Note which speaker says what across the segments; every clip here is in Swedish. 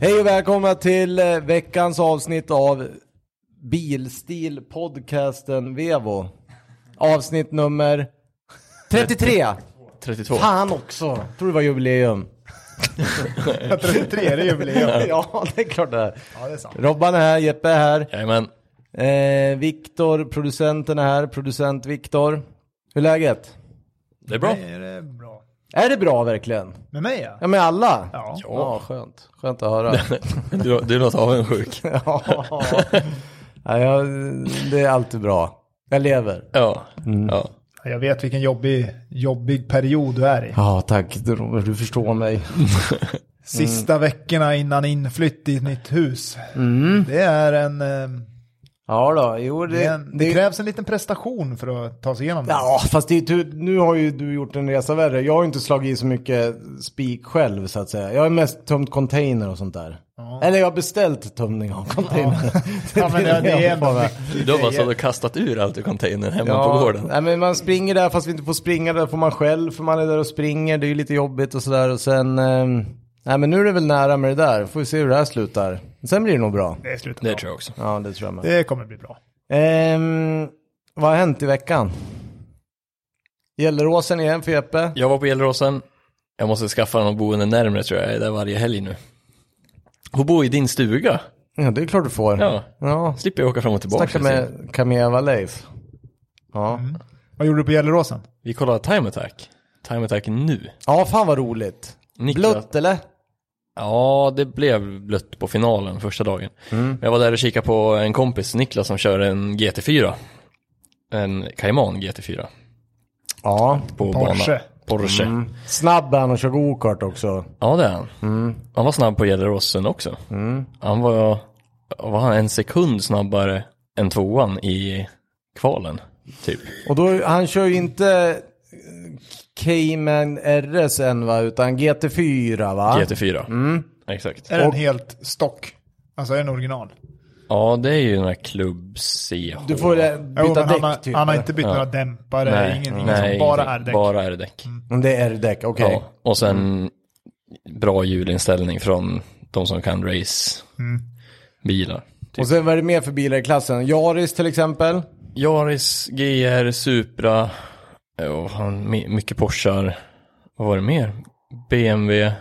Speaker 1: Hej och välkomna till eh, veckans avsnitt av Bilstil podcasten Vevo. Avsnitt nummer 33.
Speaker 2: 32.
Speaker 1: Fan också. Tror det var jubileum.
Speaker 3: 33 är det jubileum.
Speaker 1: ja, det är klart det är.
Speaker 3: Ja, det är sant.
Speaker 1: Robban är här, Jeppe är här.
Speaker 2: Jajamän.
Speaker 1: Eh, Viktor, producenten är här. Producent Viktor. Hur är läget?
Speaker 2: Det är bra.
Speaker 3: Är det bra?
Speaker 1: Är det bra verkligen?
Speaker 3: Med mig ja?
Speaker 1: Ja, med alla?
Speaker 3: Ja.
Speaker 1: Ja, skönt. Skönt att höra.
Speaker 2: Du, du är något avundsjuk.
Speaker 1: ja. Ja, jag, det är alltid bra. Jag lever.
Speaker 2: Ja. ja.
Speaker 3: Jag vet vilken jobbig, jobbig period du är i.
Speaker 1: Ja, tack. Du, Robert, du förstår mig.
Speaker 3: Sista veckorna innan inflytt i ett nytt hus. Det är en... eh,
Speaker 1: Ja då, jo
Speaker 3: Det,
Speaker 1: det...
Speaker 3: är en, det krävs en liten prestation för att ta sig igenom det.
Speaker 1: Ja, fast det är tur, nu har ju du gjort en resa värre. Jag har ju inte slagit i så mycket spik själv så att säga. Jag har mest tömt container och sånt där. Eller jag har beställt tömning av container.
Speaker 3: Ja, men det, det är ändå mycket
Speaker 2: Du har bara
Speaker 3: grejer.
Speaker 2: stått och kastat ur allt i containern hemma
Speaker 1: Ja,
Speaker 2: på gården.
Speaker 1: nej, men man springer där fast vi inte får springa där får man själv för man är där och springer. Det är ju lite jobbigt och sådär och sen... ehm, nej men nu är det väl nära med det där. Får vi se hur det här slutar. Sen blir det nog bra.
Speaker 3: Det, slutar
Speaker 2: Det
Speaker 3: bra.
Speaker 2: tror jag också.
Speaker 1: Ja det tror jag med.
Speaker 3: det kommer bli bra.
Speaker 1: Ehm, vad har hänt i veckan? Gelleråsen igen för Jeppe.
Speaker 2: Jag var på Gelleråsen. Jag måste skaffa någon boende närmre tror jag. Jag är där varje helg nu. Hon bor i din stuga.
Speaker 1: Ja, det är klart du får.
Speaker 2: Ja.
Speaker 1: ja.
Speaker 2: Slipper jag åka fram och tillbaka.
Speaker 1: Snacka med Kameva Leif. Ja.
Speaker 3: Mm. Vad gjorde du på Gelleråsen?
Speaker 2: Vi kollar Time Attack. Time Attack nu.
Speaker 1: ja, fan vad roligt.
Speaker 2: Niklas.
Speaker 1: Blött eller?
Speaker 2: Ja, det blev blött på finalen första dagen.
Speaker 1: Mm.
Speaker 2: Men jag var där och kikade på en kompis, Niklas, som kör en GT4. En Cayman GT4.
Speaker 1: Ja.
Speaker 2: På
Speaker 3: Porsche.
Speaker 2: Bana. Porsche.
Speaker 1: Snabb är han och kör gokart också.
Speaker 2: Ja det är han. Han var snabb på Gelleråsen också. Han var, var han en sekund snabbare än tvåan i kvalen. Typ.
Speaker 1: Och då, han kör ju inte eh, Cayman RS än va, utan GT4 va?
Speaker 2: GT4. Exakt.
Speaker 3: Är den
Speaker 1: Och-
Speaker 3: helt stock? Alltså är den original?
Speaker 2: Ja det är ju den här klubb CH.
Speaker 1: Du får eh,
Speaker 3: Jo, men
Speaker 1: byta
Speaker 3: han,
Speaker 1: däck
Speaker 3: har,
Speaker 1: typ.
Speaker 3: han har inte bytt några dämpare,
Speaker 2: Nej,
Speaker 3: ingenting
Speaker 2: nej,
Speaker 3: som bara
Speaker 2: ingenting.
Speaker 3: är däck.
Speaker 2: Bara R-däck.
Speaker 1: Mm, Det är R-däck, okej.
Speaker 2: Ja. Och sen bra hjulinställning från de som kan race bilar. Typ.
Speaker 1: Och sen vad är det mer för bilar i klassen? Yaris till exempel?
Speaker 2: Yaris, GR, Supra, eh, och han, my- mycket Porschar. Vad var det mer? BMW.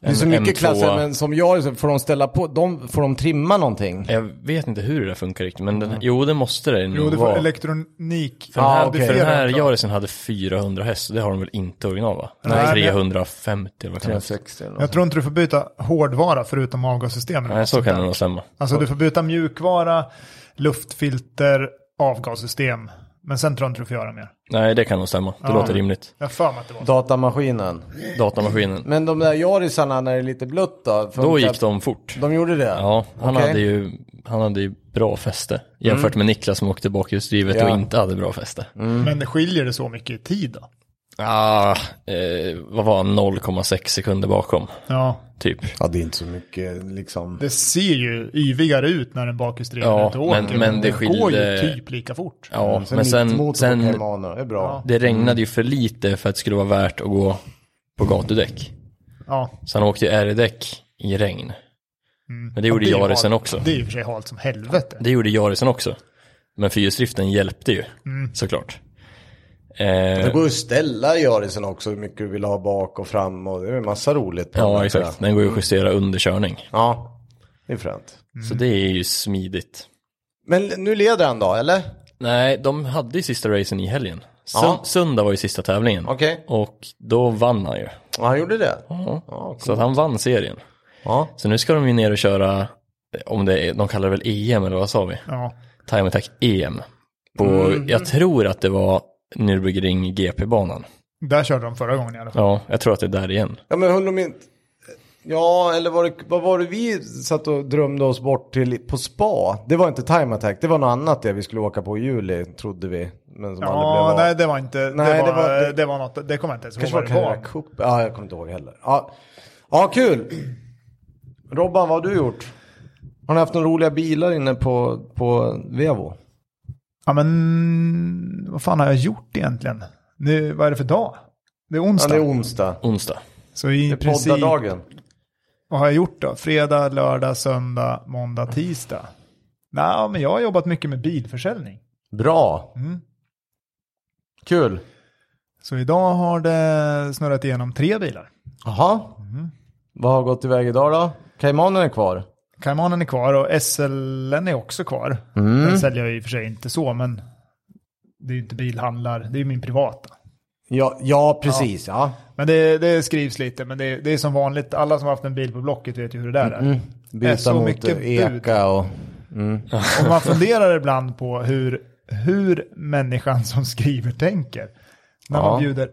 Speaker 1: Det är så mycket klasser, men som Yaris, får de ställa på, de, får de trimma någonting?
Speaker 2: Jag vet inte hur det där funkar riktigt, men den, jo det måste det
Speaker 3: Jo,
Speaker 2: nog
Speaker 3: det får
Speaker 2: vara.
Speaker 3: elektronik.
Speaker 2: För den här,
Speaker 1: Ja, okej.
Speaker 2: för den här
Speaker 3: Elektronik.
Speaker 2: Yarisen hade 400 häst, det har de väl inte original va?
Speaker 3: men-
Speaker 2: Nej, 350 eller vad kan det vara?
Speaker 1: 360 eller
Speaker 3: Jag tror inte du får byta hårdvara förutom avgassystemet.
Speaker 2: Nej, så kan det nog stämma.
Speaker 3: Alltså du får byta mjukvara, luftfilter, avgassystem. Men sen tror jag inte du får göra mer.
Speaker 2: Nej, det kan nog stämma. Det låter rimligt.
Speaker 3: Jag har för mig att det var så.
Speaker 1: Datamaskinen.
Speaker 2: Datamaskinen.
Speaker 1: Men de där Yarisarna när det är lite blött då?
Speaker 2: Då gick de fort.
Speaker 1: De gjorde det?
Speaker 2: Ja, han,
Speaker 1: Okej.
Speaker 2: hade ju, han hade ju bra fäste. Jämfört med Niklas som åkte bakhjulsdrivet
Speaker 1: Ja.
Speaker 2: och inte hade bra fäste.
Speaker 3: Men det skiljer det så mycket i tid då?
Speaker 2: Ah, eh, vad var han, 0,6 sekunder bakom,
Speaker 3: Ja,
Speaker 2: typ.
Speaker 1: Ja, det är inte så mycket liksom.
Speaker 3: det ser ju yvigare ut när den bakhjulsdrivna
Speaker 2: Ja,
Speaker 3: inte åker.
Speaker 2: men- men det
Speaker 3: går ju
Speaker 2: skiljer-
Speaker 3: typ lika fort.
Speaker 2: Ja,
Speaker 1: Sen
Speaker 2: Mm. men sen,
Speaker 1: mittmotorn på
Speaker 2: sen
Speaker 1: Caymano, det är bra.
Speaker 2: det regnade ju för lite för att det skulle vara värt att gå på gatudäck.
Speaker 3: Ja.
Speaker 2: Så han åkte ju R-däck i regn. Men det gjorde
Speaker 3: är ju
Speaker 2: Yarisen
Speaker 3: halt.
Speaker 2: också.
Speaker 3: Det är ju för sig halt som helvete.
Speaker 2: Det gjorde Yarisen också. Men fyrhjulsdriften hjälpte ju, såklart. Eh,
Speaker 1: Det går ju att ställa Yarisen också hur mycket du vill ha bak och fram och det är en massa roligt. på den
Speaker 2: ja,
Speaker 1: där, tror
Speaker 2: exakt. Den går ju att justera under körning.
Speaker 1: jag. Ja, det är fränt.
Speaker 2: Så det är ju smidigt.
Speaker 1: Men nu leder han då, eller?
Speaker 2: Nej, de hade ju sista racen i helgen. Sö-
Speaker 1: Ja.
Speaker 2: Söndag var ju sista tävlingen.
Speaker 1: Okej.
Speaker 2: Och då vann han ju.
Speaker 1: Ja, han gjorde det.
Speaker 2: Ja.
Speaker 1: Mm. Ja,
Speaker 2: Så att han vann serien.
Speaker 1: Ja.
Speaker 2: Så nu ska de ju ner och köra, eh, om det är, de kallar det väl EM eller vad sa vi?
Speaker 3: Ja.
Speaker 2: Time Attack EM. På,
Speaker 1: Mm.
Speaker 2: jag tror att det var Nürburgring GP-banan.
Speaker 3: Där körde de förra gången i alla fall.
Speaker 2: Ja, jag tror att det är där igen.
Speaker 1: ja men höll de inte... Ja, eller var det, vad var det vi satt och drömde oss bort till på spa? Det var inte Time Attack, det var något annat det vi skulle åka på i juli, trodde vi. Men som aldrig
Speaker 3: Ja,
Speaker 1: blev
Speaker 3: nej
Speaker 1: av.
Speaker 3: det var inte,
Speaker 1: Nej,
Speaker 3: det, var,
Speaker 1: det var-
Speaker 3: det, var något, det kommer jag inte ens ihåg
Speaker 1: Kanske var
Speaker 3: vad det var.
Speaker 1: Carrera Cup? Ja, jag kommer inte ihåg heller. Ja, ja kul! Robban, vad har du gjort? Har ni haft några roliga bilar inne på, på Vevo?
Speaker 3: Ja men, vad fan har jag gjort egentligen? Nu, vad är det för dag? Det är
Speaker 1: Ja,
Speaker 3: onsdag.
Speaker 1: det är onsdag.
Speaker 2: Onsdag.
Speaker 3: så i
Speaker 1: Det är
Speaker 3: princip,
Speaker 1: poddardagen.
Speaker 3: vad har jag gjort då? Fredag, lördag, söndag, måndag, tisdag. Nej, men jag har jobbat mycket med bilförsäljning.
Speaker 1: Bra!
Speaker 3: Mm.
Speaker 1: Kul!
Speaker 3: Så idag har det snurrat igenom tre bilar.
Speaker 1: Jaha.
Speaker 3: Mm.
Speaker 1: Vad har gått iväg idag då? Caymanen är kvar.
Speaker 3: Caymanen är kvar och SLen är också kvar.
Speaker 1: Mm.
Speaker 3: Den säljer jag i och för sig inte så, men det är ju inte bilhandlar, det är ju min privata.
Speaker 1: Ja, ja precis. Ja.
Speaker 3: Men det, det skrivs lite, men det, det är som vanligt, alla som har haft en bil på Blocket vet ju hur det där
Speaker 1: Mm.
Speaker 3: är. Det är
Speaker 1: Byta
Speaker 3: så
Speaker 1: mot
Speaker 3: mycket
Speaker 1: eka och... mm.
Speaker 3: Och man funderar ibland på hur, hur människan som skriver tänker. När
Speaker 1: Ja.
Speaker 3: man bjuder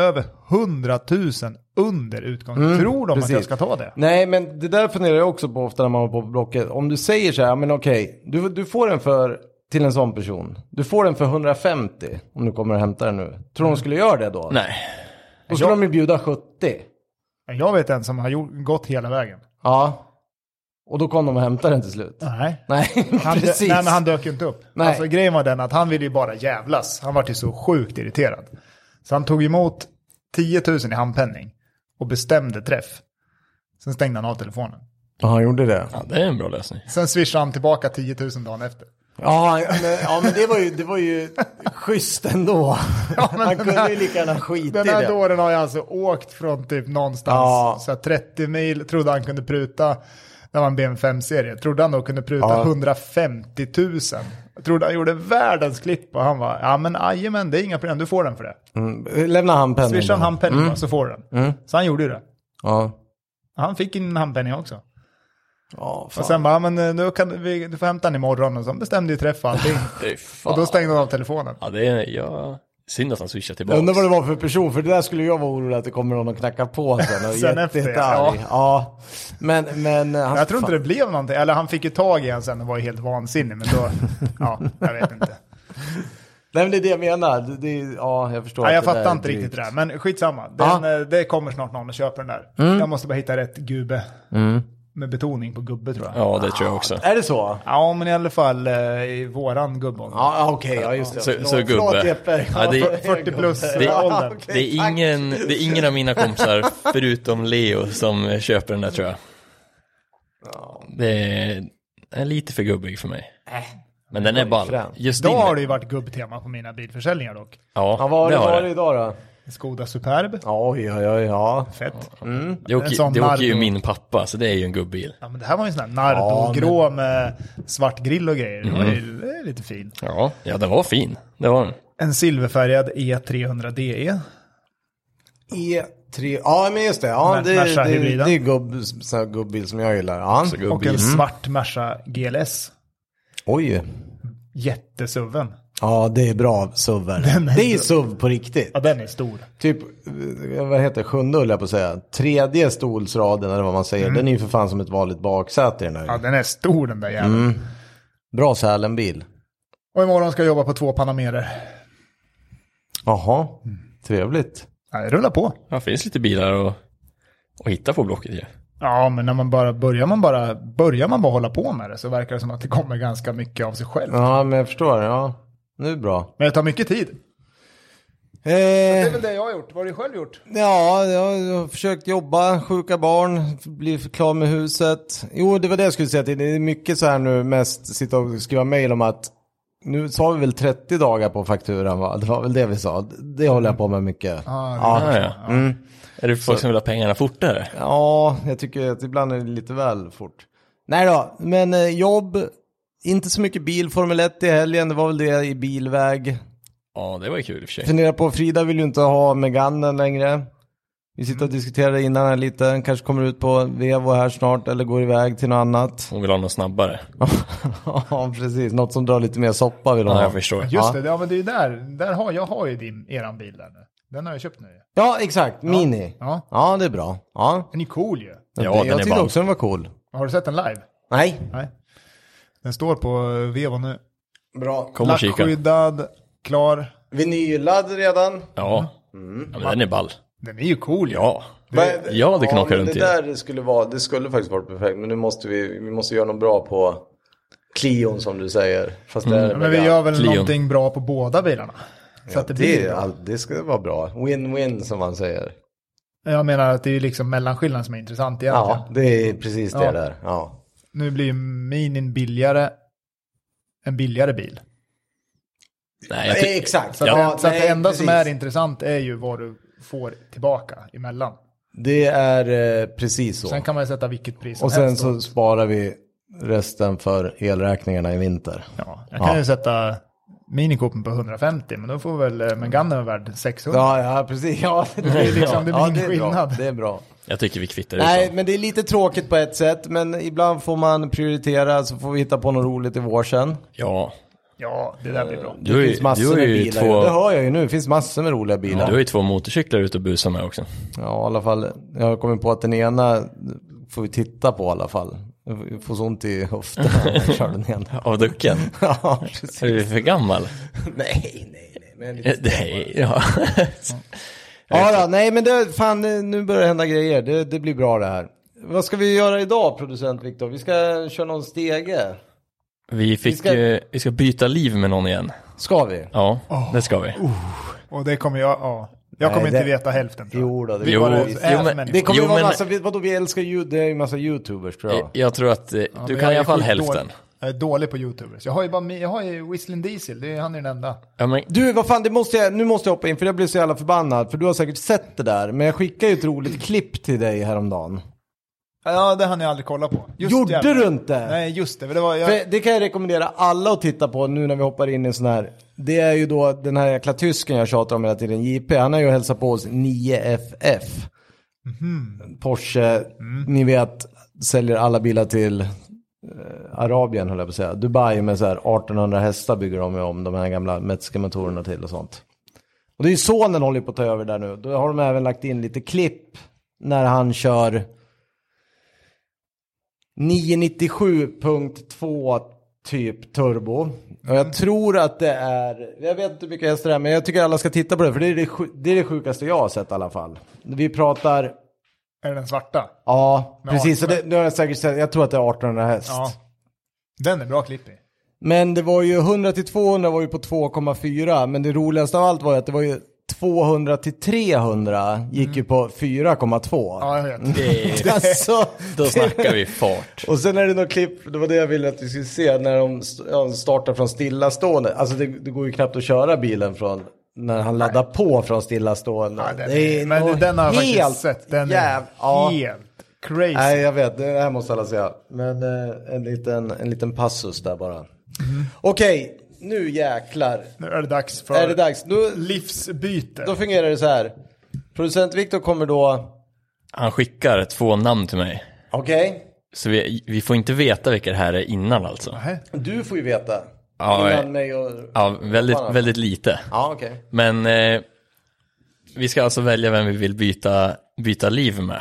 Speaker 3: över hundratusen under utgången. Tror de att jag
Speaker 1: Mm, precis.
Speaker 3: ska ta det?
Speaker 1: Nej, men det där funderar jag också på ofta när man var på Blocket. Om du säger så här, "Ja, men okej, du, du får den för, till en sån person. Du får den för 150 om du kommer och hämtar den nu. Tror du de skulle göra det då?
Speaker 2: Nej.
Speaker 1: Då skulle de ju bjuda 70.
Speaker 3: Jag vet en som har gjort, gått hela vägen.
Speaker 1: Ja. Och då kom de och hämtade den till slut.
Speaker 3: Nej.
Speaker 1: Nej,
Speaker 3: Han, dö-
Speaker 1: precis.
Speaker 3: nej, men han dök ju inte upp.
Speaker 1: Nej.
Speaker 3: Alltså, grejen var den att han ville ju bara jävlas. Han var ju så sjukt irriterad. Så han tog emot 10 000 i handpenning och bestämde träff. Sen stängde han av telefonen.
Speaker 1: Ja, han gjorde det.
Speaker 2: Ja, det är en bra lösning.
Speaker 3: Sen swishade han tillbaka 10 000 dagen efter.
Speaker 1: Ja, men, ja, men det var ju, det var ju schysst ändå.
Speaker 3: men
Speaker 1: han
Speaker 3: den
Speaker 1: kunde
Speaker 3: här-
Speaker 1: ju lika gärna skita i
Speaker 3: Den här
Speaker 1: det.
Speaker 3: dåren har jag alltså åkt från typ någonstans,
Speaker 1: Ja.
Speaker 3: så här 30 mil, trodde han kunde pruta, det var en BMW5-serie, trodde han då kunde pruta
Speaker 1: Ja.
Speaker 3: 150 000. Trodde han gjorde världens klipp och han var, ja men ajamän, det är inga problem, du får den för det.
Speaker 1: Mm, Lämna handpenningen.
Speaker 3: Swisha en
Speaker 1: bara.
Speaker 3: handpenning bara, så får du den.
Speaker 1: Mm.
Speaker 3: Så han gjorde ju det.
Speaker 1: Ja.
Speaker 3: Han fick en handpenning också.
Speaker 1: Ja,
Speaker 3: Och
Speaker 1: fan.
Speaker 3: sen bara, men eh, nu kan vi, du får hämta den imorgon. Och så bestämde ju träff och allting.
Speaker 2: Det är
Speaker 3: Och då
Speaker 2: fan.
Speaker 3: stängde han av telefonen.
Speaker 2: Ja, det är... Ja, synd att han swishar
Speaker 1: Jag
Speaker 2: tillbaka.
Speaker 1: undrar vad det var för person, för det där skulle jag vara orolig att det kommer någon och knackar på sen. Och
Speaker 3: Sen
Speaker 1: jätte-
Speaker 3: efter,
Speaker 1: jättearg.
Speaker 3: ja.
Speaker 1: ja. Men, men... eh, Han,
Speaker 3: Jag tror inte det blev någonting. Eller han fick ju tag i en sen och var ju helt vansinnig. Men då, ja, jag vet inte.
Speaker 1: Nej men det är det jag menar. Det, det, är- ja, jag förstår.
Speaker 3: Ja,
Speaker 1: att
Speaker 3: jag
Speaker 1: det där
Speaker 3: fattar
Speaker 1: är
Speaker 3: inte
Speaker 1: drygt.
Speaker 3: riktigt det där. Men skitsamma. Den,
Speaker 1: Ja. Mm.
Speaker 3: eh, det kommer snart någon och köper den där. Jag måste bara hitta rätt gubbe. Med betoning på gubbe tror jag. Ja,
Speaker 2: Ja, det tror jag också.
Speaker 1: Är det så?
Speaker 3: men i alla fall eh, i våran gubbålder.
Speaker 1: Ja, okej. ja, just det.
Speaker 2: Så-
Speaker 1: Förlåt-
Speaker 2: så gubbe.
Speaker 1: Förlåt Jeppe.
Speaker 2: Ja, det-
Speaker 1: Ja,
Speaker 3: 40 plus
Speaker 1: gubbe.
Speaker 3: eh, åldern.
Speaker 1: okej,
Speaker 2: Det är,
Speaker 1: tack.
Speaker 2: ingen, det är ingen av mina kompisar, förutom Leo, som köper den där tror jag. Det är, är lite för gubbig för mig. Men den är ball.
Speaker 1: frän.
Speaker 2: Just
Speaker 3: Idag har
Speaker 2: din.
Speaker 3: det ju varit gubbtema på mina bilförsäljningar dock.
Speaker 2: Ja,
Speaker 1: Ja, vad har
Speaker 2: det
Speaker 1: det
Speaker 2: har
Speaker 1: varit
Speaker 2: det.
Speaker 1: idag då?
Speaker 3: Skoda Superb.
Speaker 1: Ja, Oj, oj, oj, ja.
Speaker 3: Fett.
Speaker 2: Det
Speaker 3: En sån
Speaker 2: åker, det åker ju
Speaker 3: Nardo.
Speaker 2: min pappa, så det är ju en gubbil.
Speaker 3: Ja, men det här var ju en sån här Nardo-grå med svart grill och grejer. Det var
Speaker 1: Mm.
Speaker 3: ju det är lite fin.
Speaker 2: Ja, ja den var fin. Det var den.
Speaker 3: En silverfärgad E E300 DE.
Speaker 1: E3. E Ja, men just det. Ja,
Speaker 3: Men-
Speaker 1: det, det,
Speaker 3: Merca
Speaker 1: det,
Speaker 3: hybriden.
Speaker 1: är gubb, sån här gubbil som jag gillar. Ja.
Speaker 2: Så
Speaker 3: Och
Speaker 2: gubbig.
Speaker 3: en
Speaker 1: Mm.
Speaker 3: svart Merca GLS.
Speaker 1: Oj.
Speaker 3: Jättesuven.
Speaker 1: Ja, det är bra suvar. Det är suv på riktigt.
Speaker 3: Ja, den är stor.
Speaker 1: Typ, eh, vad heter det, sjunde höll jag på att säga. Tredje stolsraden eller vad man säger. Den är ju för fan som ett vanligt baksäte i den här.
Speaker 3: Ja, den är stor den där jäveln.
Speaker 1: Bra Sälenbil.
Speaker 3: Och imorgon ska jag jobba på två Panamerer.
Speaker 1: Jaha, trevligt.
Speaker 3: Nej, rulla på.
Speaker 2: Ja, Det finns lite bilar att, att hitta på Blocket ju.
Speaker 3: Ja, men när man bara börjar, man bara börjar man bara hålla på med det så verkar det som att det kommer ganska mycket av sig själv.
Speaker 1: Ja, men jag förstår. Ja, nu är det bra.
Speaker 3: Men det tar mycket tid. Det är
Speaker 1: Eh,
Speaker 3: väl det jag har gjort. Vad har du själv gjort?
Speaker 1: ja, jag har försökt jobba, sjuka barn, bli klar med huset. Jo, det var det jag skulle säga. till. Det är mycket så här nu, mest sitta och skriva mejl om att nu sa vi väl 30 dagar på fakturan va? Det var väl det vi sa. Det håller jag på med mycket.
Speaker 3: Ja,
Speaker 2: Ja, ja. Är det folk som vill ha pengarna fortare?
Speaker 1: Ja, jag tycker att ibland är det lite väl fort. Nej då, men eh, jobb, inte så mycket bil, Formel 1 i helgen, det var väl det i bilväg.
Speaker 2: Ja, det var ju kul i och för sig.
Speaker 1: Fundera på, Frida vill ju inte ha Meganen längre. Vi sitter och
Speaker 2: Mm.
Speaker 1: diskuterar det innan här lite, Den kanske kommer ut på Vevo här snart eller går iväg till något annat.
Speaker 2: Hon vill ha något snabbare.
Speaker 1: ja, precis, något som drar lite mer soppa vill hon
Speaker 2: Ja,
Speaker 1: ha.
Speaker 2: jag förstår.
Speaker 3: Just
Speaker 1: Ja.
Speaker 3: det, ja men det är ju där, där har, jag har ju din, eran bil där nu. Den har jag köpt nu.
Speaker 1: Ja, exakt, Mini.
Speaker 3: Ja.
Speaker 1: Ja, det är bra. Ja.
Speaker 3: Den är cool ju.
Speaker 2: Ja,
Speaker 1: jag
Speaker 2: den är
Speaker 1: tyckte
Speaker 2: ball.
Speaker 1: också den var cool.
Speaker 3: Har du sett den live?
Speaker 1: Nej.
Speaker 3: Nej. Den står på eh, Vevo nu.
Speaker 1: Bra.
Speaker 2: Kom och kika.
Speaker 3: Lackskyddad, klar.
Speaker 1: Vinylad redan.
Speaker 2: Ja. ja, men den är ball.
Speaker 3: Den är ju cool.
Speaker 2: Ja.
Speaker 1: Det,
Speaker 2: jag hade kunnat åka
Speaker 1: men
Speaker 2: runt i
Speaker 1: det
Speaker 2: den.
Speaker 1: där skulle vara, det skulle faktiskt vara perfekt. Men nu måste vi, vi måste göra något bra på Clion som du säger. Fast det är
Speaker 3: Mm. Men vi gör väl
Speaker 2: Clio.
Speaker 3: någonting bra på båda bilarna. Så att det blir
Speaker 1: det, är
Speaker 3: bra.
Speaker 1: all- det ska vara bra. Win-win som man säger.
Speaker 3: Jag menar att det är liksom mellanskillnaden som är intressant egentligen.
Speaker 1: Ja, det är precis det
Speaker 3: Ja.
Speaker 1: där. Ja.
Speaker 3: Nu blir ju minin billigare. En billigare bil.
Speaker 2: Nej, jag ty-
Speaker 1: Eh, Exakt.
Speaker 3: Så, att, det, så att
Speaker 1: nej,
Speaker 3: det enda som
Speaker 1: precis.
Speaker 3: är intressant är ju vad du får tillbaka emellan.
Speaker 1: Det är eh, precis så.
Speaker 3: Sen kan man ju sätta vilket pris som
Speaker 1: Och sen
Speaker 3: helst. då.
Speaker 1: så sparar vi resten för elräkningarna i vinter.
Speaker 3: Ja, jag kan
Speaker 1: Ja.
Speaker 3: ju sätta minikopen på 150 men då får väl eh, Megane vara värd 600.
Speaker 1: Ja, ja precis. Ja, det
Speaker 3: är liksom- det blir
Speaker 1: ja,
Speaker 3: ingen
Speaker 1: är bra.
Speaker 3: skillnad.
Speaker 1: Det är bra.
Speaker 2: jag tycker vi kvittar
Speaker 1: Nej,
Speaker 2: utan.
Speaker 1: men det är lite tråkigt på ett sätt. Men ibland får man prioritera så får vi hitta på något roligt i vår sen.
Speaker 2: Ja.
Speaker 3: Ja, det där blir bra.
Speaker 2: Du är,
Speaker 1: Det finns massor
Speaker 2: du är
Speaker 1: med
Speaker 2: ju
Speaker 1: bilar.
Speaker 2: två,
Speaker 1: Det hör jag ju nu. Det finns massor med roliga bilar.
Speaker 2: du
Speaker 1: Ja,
Speaker 2: har ju två motorcyklar ute och busar med också.
Speaker 1: i alla fall. Jag har kommit på att den ena får vi titta på i alla fall. Jag får så ont i höften när jag kör den ena.
Speaker 2: Av ducken.
Speaker 1: Ja, precis.
Speaker 2: Är du för gammal?
Speaker 1: Nej, nej, nej. Men
Speaker 2: Eh,
Speaker 1: lite
Speaker 2: Nej, ja.
Speaker 1: Ja, då, nej men det, fan nu börjar det hända grejer. Det, det blir bra det här. Vad ska vi göra idag producent Viktor? Vi ska köra någon stege.
Speaker 2: Vi fick, vi
Speaker 1: ska-
Speaker 2: ska, vi ska byta liv med någon igen.
Speaker 1: Ska vi?
Speaker 2: Ja, det ska vi.
Speaker 3: Och det kommer jag, ja. Jag kommer
Speaker 1: Nej, det-
Speaker 3: inte veta hälften. tror jag.
Speaker 1: Jo då, det,
Speaker 3: Vi
Speaker 2: Jo,
Speaker 3: bara
Speaker 2: jo,
Speaker 3: är
Speaker 2: men-
Speaker 3: människor.
Speaker 1: det kommer
Speaker 2: Jo,
Speaker 1: ju vara
Speaker 2: men-
Speaker 1: massa, vi- vadå vi älskar ju, det är ju massa youtubers tror jag.
Speaker 2: Jag, jag tror att eh,
Speaker 3: Ja,
Speaker 2: du kan
Speaker 3: men jag
Speaker 2: i
Speaker 3: är
Speaker 2: alla fall
Speaker 3: skitdålig-
Speaker 2: hälften.
Speaker 3: Jag är dålig på youtubers. Jag har ju bara, mi- jag har ju Whistling Diesel, det är, han är den enda.
Speaker 2: Ja, men,
Speaker 1: Du, vad fan, det måste jag, nu måste jag hoppa in för jag blir så jävla förbannad. För du har säkert sett det där, men jag skickade ju ett roligt klipp till dig häromdagen.
Speaker 3: Ja, det hann jag aldrig kolla på. Just
Speaker 1: Gjorde
Speaker 3: jävlar.
Speaker 1: du inte?
Speaker 3: Nej, just det. men det var, jag,
Speaker 1: För det kan jag rekommendera alla att titta på nu när vi hoppar in i en sån här. Det är ju då den här jäkla tysken jag tjatar om hela tiden, JP. Han har ju hälsat på oss 9FF. Porsche, ni vet, säljer alla bilar till eh, Arabien höll jag på att säga. Dubai med så här 1800 hästar bygger de ju om de här gamla Metzger-motorerna till och sånt. Och det är ju sonen håller på att ta över där nu. Då har de även lagt in lite klipp när han kör 997.2 typ turbo. Och
Speaker 3: Mm.
Speaker 1: jag tror att det är, jag vet inte hur mycket hästar det är, men jag tycker alla ska titta på det, för det är det, sju- det, är det sjukaste jag har sett i alla fall. Vi pratar,
Speaker 3: Är det den svarta?
Speaker 1: ja,
Speaker 3: Med
Speaker 1: precis, så
Speaker 3: 18.
Speaker 1: det, nu har jag säkert sett, jag tror att det är 1800 häst.
Speaker 3: Ja. Den är bra klipp i.
Speaker 1: Men det var ju 100 till 200 var ju på 2,4, men det roligaste av allt var ju att det var ju 200 till 300 gick ju på 4,2.
Speaker 3: Mm. Ja, jag vet.
Speaker 2: det,
Speaker 1: Alltså,
Speaker 2: då snackar vi fart.
Speaker 1: Och sen är det något klipp, det var det jag ville att vi skulle se, när de st- ja, startar från stillastående. Alltså det, det går ju knappt att köra bilen från när han laddar på från stillastående.
Speaker 3: Ja, den, är, men
Speaker 1: något
Speaker 3: den har jag
Speaker 1: helt
Speaker 3: faktiskt sett. Den
Speaker 1: jäv...
Speaker 3: är
Speaker 1: ja.
Speaker 3: helt crazy.
Speaker 1: Nej, jag vet, det här måste alla säga. Men eh, en, liten, en liten passus där bara.
Speaker 3: Mm.
Speaker 1: Okej, nu jäklar
Speaker 3: Nu är det dags för
Speaker 1: är det dags. Nu,
Speaker 3: livsbyte.
Speaker 1: då fungerar det så här. Producent Viktor kommer då,
Speaker 2: Han skickar två namn till mig.
Speaker 1: okej,
Speaker 2: Så vi, vi får inte veta vilka det här är innan alltså.
Speaker 3: Nej.
Speaker 1: du får ju veta.
Speaker 2: Ja,
Speaker 1: Innan
Speaker 2: eh,
Speaker 1: mig och...
Speaker 2: Ja, väldigt, väldigt lite.
Speaker 1: Ja, okej.
Speaker 2: Men eh, vi ska alltså välja vem vi vill byta, byta liv med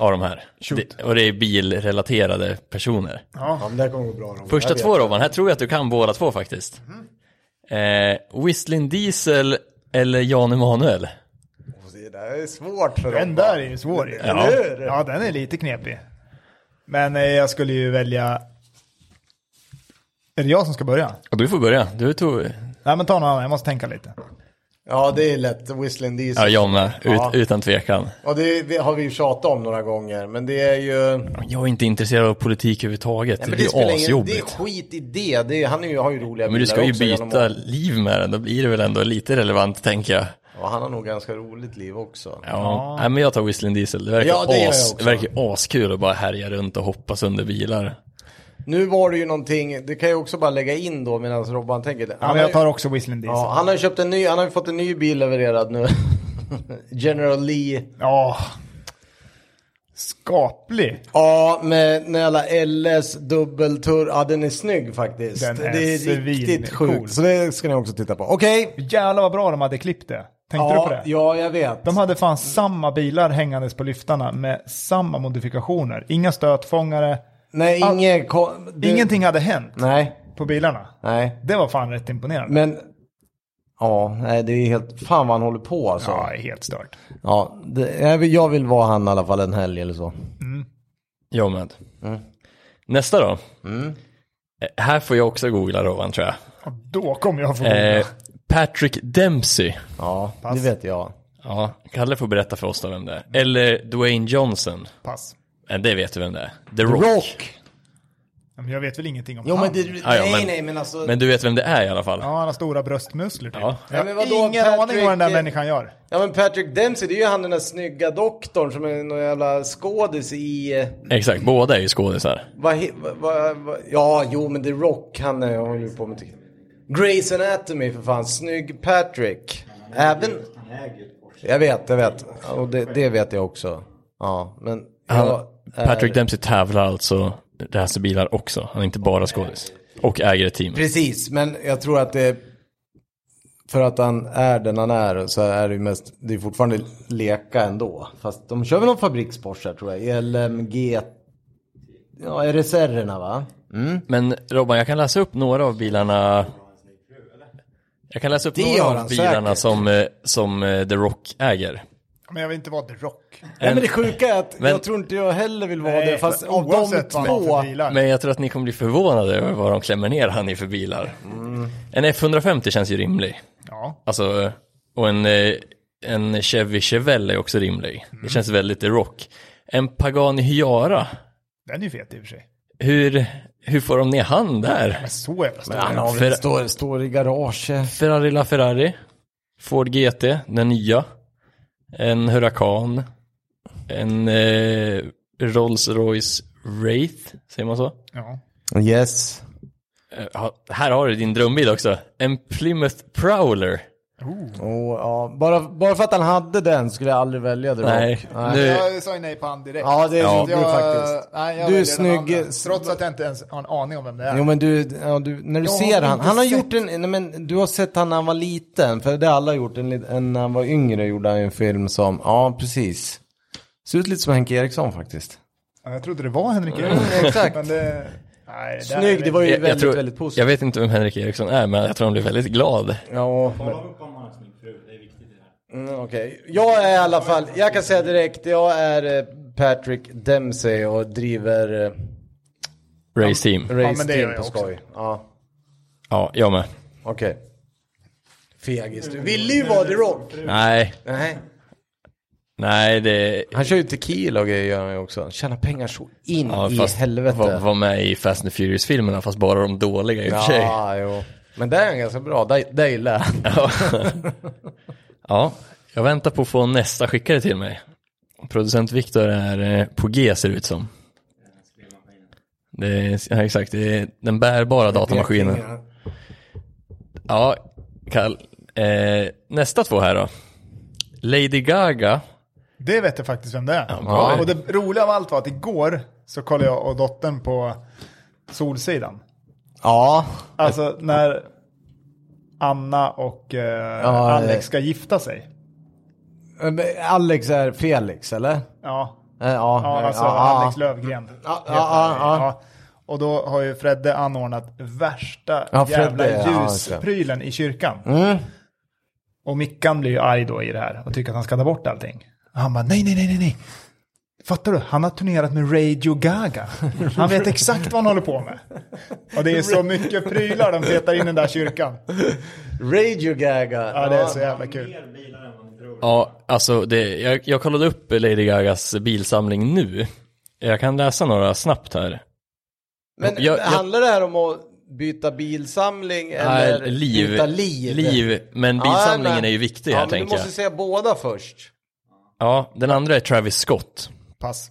Speaker 2: av de här. Det, och det är bilrelaterade personer.
Speaker 1: Ja, men det här kommer gå bra Robert.
Speaker 2: Första
Speaker 1: Jag vet.
Speaker 2: två Robban, här tror jag att du kan båda två faktiskt. Eh, Whistling Diesel eller Jan Emanuel?
Speaker 1: Det där är svårt för
Speaker 3: Den
Speaker 1: dem.
Speaker 3: där är ju svår. ju.
Speaker 2: Ja.
Speaker 1: Eller hur?
Speaker 3: ja, den är lite knepig. Men eh, jag skulle ju välja... Är det jag som ska börja?
Speaker 2: Ja, Du får börja, du tog...
Speaker 3: Nej, men ta någon annan. Jag måste tänka lite.
Speaker 1: Ja, det är lätt. Whistling
Speaker 2: Ja,
Speaker 1: Diesel.
Speaker 2: jag med, Ut,
Speaker 1: Ja.
Speaker 2: utan tvekan.
Speaker 1: Och det, det har vi ju tjatat om några gånger. Men det är ju...
Speaker 2: Jag är inte intresserad av politik överhuvudtaget,
Speaker 1: men
Speaker 2: det är ju
Speaker 1: ingen- Det är
Speaker 2: asjobbigt.
Speaker 1: skit i det. det är, han är ju, har ju roliga
Speaker 2: Men du ska ju
Speaker 1: också genom
Speaker 2: byta
Speaker 1: åren.
Speaker 2: liv med den, då blir det väl ändå lite relevant tänker jag.
Speaker 1: Ja, han har nog ganska roligt liv också.
Speaker 2: Ja, Nej, men jag tar Whistling Diesel. Det verkar,
Speaker 1: Ja, det gör jag
Speaker 2: as,
Speaker 1: också.
Speaker 2: det verkar askul att bara härja runt och hoppas under bilar.
Speaker 1: Nu var det ju någonting, det kan jag också bara lägga in då medan Robban tänker. det.
Speaker 3: Ja,
Speaker 1: Han
Speaker 3: men
Speaker 1: har
Speaker 3: jag
Speaker 1: ju-
Speaker 3: tar också Whistling Diesel.
Speaker 1: Ja,
Speaker 3: Ja.
Speaker 1: han har ju köpt en ny, han har ju fått en ny bil levererad nu. General Lee.
Speaker 3: Skaplig.
Speaker 1: Ja, med den jävla LS dubbeltur. Ja, den är snygg faktiskt.
Speaker 3: Den är
Speaker 1: det är
Speaker 3: svin-
Speaker 1: riktigt
Speaker 3: cool.
Speaker 1: sjukt. Så det ska ni också titta på. Okej,
Speaker 3: Jävlar vad bra de hade klippt det.
Speaker 1: ja,
Speaker 3: Tänkte du på det?
Speaker 1: Ja, jag vet.
Speaker 3: De hade fan samma bilar hängandes på lyftarna med samma modifikationer. Inga stötfångare.
Speaker 1: Nej,
Speaker 3: All-
Speaker 1: ingen... ko- det-
Speaker 3: Ingenting hade hänt
Speaker 1: Nej,
Speaker 3: på bilarna.
Speaker 1: nej.
Speaker 3: Det var fan rätt imponerande.
Speaker 1: Men... Ja, nej, det är helt... Fan vad han håller på alltså.
Speaker 3: Ja,
Speaker 1: Ja,
Speaker 3: det är helt stört.
Speaker 1: det, jag, vill, jag vill vara han i alla fall en helg eller så.
Speaker 2: Jag med.
Speaker 1: Mm.
Speaker 2: Nästa då. Eh, Här får jag också googla Rovan tror jag.
Speaker 3: Och då kommer jag få
Speaker 2: Eh,
Speaker 3: googla.
Speaker 1: Mm.
Speaker 2: Patrick Dempsey.
Speaker 1: Ja,
Speaker 3: Pass.
Speaker 1: det vet jag.
Speaker 2: Ja, Kalle får berätta för oss då vem det är. Eller Dwayne Johnson.
Speaker 3: Pass.
Speaker 2: Eh, Det vet du vem det är. The Rock.
Speaker 3: Ja, Men jag vet väl ingenting om
Speaker 1: Jo,
Speaker 3: han.
Speaker 1: men det,
Speaker 2: Ja, ja,
Speaker 1: nej,
Speaker 2: men-
Speaker 1: nej, men alltså.
Speaker 2: Men du vet vem det är i alla fall.
Speaker 3: Ja, han har stora bröstmuskler typ.
Speaker 2: Ja.
Speaker 3: Jag
Speaker 1: Ja,
Speaker 3: har
Speaker 1: men vadå,
Speaker 3: ingen aning
Speaker 1: Patrick-
Speaker 3: vad den där människan gör.
Speaker 1: Ja, men Patrick Dempsey, det är ju han den där snygga doktorn som är någon jävla skådis i... eh,
Speaker 2: Exakt, båda är ju skådisar.
Speaker 1: Vad, he- vad, vad, vad, ja, jo, men The Rock, han eh, håller ju på med... Grace Anatomy, för fan. Snygg Patrick. Även... Jag vet, jag vet. Och det, det vet jag också. Ja, men...
Speaker 2: Han,
Speaker 1: Jag, eh,
Speaker 2: Patrick Dempsey tävlar alltså, racer bilar också. Han är inte bara skådis. Och äger ett team.
Speaker 1: Precis, men jag tror att det... För att han är den han är så är det ju mest... Det är fortfarande leka ändå. Fast de kör väl någon fabrikspors här, tror jag. E LMG... Ja, RSR-erna va?
Speaker 2: Men Robban, jag kan läsa upp några av bilarna. Jag kan läsa upp
Speaker 1: Det
Speaker 2: några
Speaker 1: gör han
Speaker 2: av bilarna
Speaker 1: säkert.
Speaker 2: som, eh, som eh, The Rock äger.
Speaker 3: Men jag vill inte vara The Rock.
Speaker 1: Nej, men det sjuka är att
Speaker 2: Men-
Speaker 1: jag tror inte jag heller vill vara det. Fast
Speaker 3: för-
Speaker 1: av de
Speaker 3: oavsett vad han har
Speaker 1: två...
Speaker 3: för bilar.
Speaker 2: Men jag tror att ni kommer bli förvånade över vad de klämmer ner han i för bilar.
Speaker 1: Mm.
Speaker 2: En F150 känns ju rimlig.
Speaker 3: Ja,
Speaker 2: Alltså, eh, och en, eh, en Chevy Chevelle är också rimlig.
Speaker 1: Mm.
Speaker 2: Det känns väldigt The Rock. En Pagani Hyara,
Speaker 3: den är ju fet i och för sig.
Speaker 2: hur, hur får de ner han där?
Speaker 3: Men så jävla stor.
Speaker 1: Han har
Speaker 2: För-
Speaker 1: väl står, står i garage.
Speaker 2: Ferrari LaFerrari, Ford GT, den nya, en Huracan, en eh, Rolls Royce Wraith, säger man så?
Speaker 3: Ja.
Speaker 1: Yes.
Speaker 2: Eh, ha- här har du din drömbil också, en Plymouth Prowler.
Speaker 1: Och, ja, bara, bara för att han hade den skulle jag aldrig välja det.
Speaker 2: Nej, nu,
Speaker 3: Jag sa ju nej på han direkt.
Speaker 1: Eh, Ja, det är
Speaker 2: Ja.
Speaker 1: det är faktiskt.
Speaker 3: nej,
Speaker 1: Du är
Speaker 3: väljer den
Speaker 1: snygg.
Speaker 3: andra. Trots att jag inte ens har en aning om vem det är.
Speaker 1: Jo men du, ja, du när du
Speaker 3: Jag
Speaker 1: ser
Speaker 3: har
Speaker 1: han,
Speaker 3: inte
Speaker 1: han har
Speaker 3: sett-
Speaker 1: gjort en, nej, men du har sett han när han var liten, för det har alla gjort, en, lit- en, när han var yngre gjorde han ju en film som, ja precis. Ser ut lite som Henke Eriksson faktiskt.
Speaker 3: Ja, Jag trodde det var Henrik
Speaker 1: Mm, exakt.
Speaker 3: Men det... Nej, det där
Speaker 1: Snygg,
Speaker 3: är-
Speaker 1: det var ju
Speaker 2: jag,
Speaker 1: väldigt,
Speaker 2: jag, tror,
Speaker 1: väldigt positivt.
Speaker 2: jag vet inte vem Henrik Eriksson är, men jag tror han blir väldigt glad.
Speaker 1: Ja, men... Mm, okej. Jag är i alla fall, jag kan säga direkt, jag är eh, Patrick Dempsey och driver eh,
Speaker 2: Race Team.
Speaker 1: race
Speaker 3: men det gör
Speaker 1: team
Speaker 3: jag
Speaker 1: på
Speaker 3: också.
Speaker 1: skoj. Ja,
Speaker 2: Ja, jag med.
Speaker 1: okej. Fegis,
Speaker 3: Mm.
Speaker 1: du ville ju vara The Rock.
Speaker 2: Nej,
Speaker 1: Nej.
Speaker 2: nej det...
Speaker 1: Han kör ju tequila och grejer gör han ju också. Tjänar pengar så in
Speaker 2: Ja,
Speaker 1: i
Speaker 2: fast
Speaker 1: helvete.
Speaker 2: Var, var med i Fast and Furious-filmerna, fast bara de dåliga i och för sig.
Speaker 1: ja, jo. Men där är han ganska bra, där, där gillar jag.
Speaker 2: Ja. ja, jag väntar på att få nästa skickare till mig. Producent Viktor är eh, på G ser det ut som. Det är, ja, exakt, det är den bärbara datamaskinen. Ja, Karl. Eh, nästa två här då. Lady Gaga.
Speaker 3: Det vet jag faktiskt vem det är.
Speaker 2: bra.
Speaker 3: Och det roliga av allt var att igår så kollade jag och dottern på Solsidan.
Speaker 1: Ja,
Speaker 3: Alltså när Anna och eh,
Speaker 1: Ja, det-
Speaker 3: Alex ska gifta sig.
Speaker 1: Men Alex är Felix eller? Eh,
Speaker 3: Ja,
Speaker 1: Ja,
Speaker 3: ja
Speaker 1: ja,
Speaker 3: alltså
Speaker 1: ja.
Speaker 3: Alex Lövgren.
Speaker 1: Mm. Ja,
Speaker 3: heter
Speaker 1: ja,
Speaker 3: han ju.
Speaker 1: ja.
Speaker 3: Ja. Och då har ju Fredde anordnat värsta
Speaker 1: Ja,
Speaker 3: jävla
Speaker 1: Fredde, ja, Mm. just det.
Speaker 3: ljusprylen i kyrkan. Och Mickan blir ju arg då i det här och tycker att han ska ta bort allting. Och han bara nej, nej, nej, nej, nej. Fattar du? Han har turnerat med Radio Gaga. Han vet exakt vad han håller på med. Och det är så mycket prylar de petar in i den där kyrkan.
Speaker 1: Radio Gaga.
Speaker 3: Ja, det är så jävla kul.
Speaker 2: Ja, alltså det, jag, jag kollade upp Lady Gagas bilsamling nu. Jag kan läsa några snabbt här.
Speaker 1: Men
Speaker 2: Jag- jag-
Speaker 1: handlar det här om att byta bilsamling eller
Speaker 2: Nej, liv,
Speaker 1: byta liv?
Speaker 2: liv, men
Speaker 1: Ja,
Speaker 2: bilsamlingen
Speaker 1: men-
Speaker 2: är ju viktig
Speaker 1: ja,
Speaker 2: här
Speaker 1: men
Speaker 2: tänker
Speaker 1: Du
Speaker 2: jag.
Speaker 1: måste säga båda först.
Speaker 2: Ja, den andra är Travis Scott.
Speaker 3: Pass.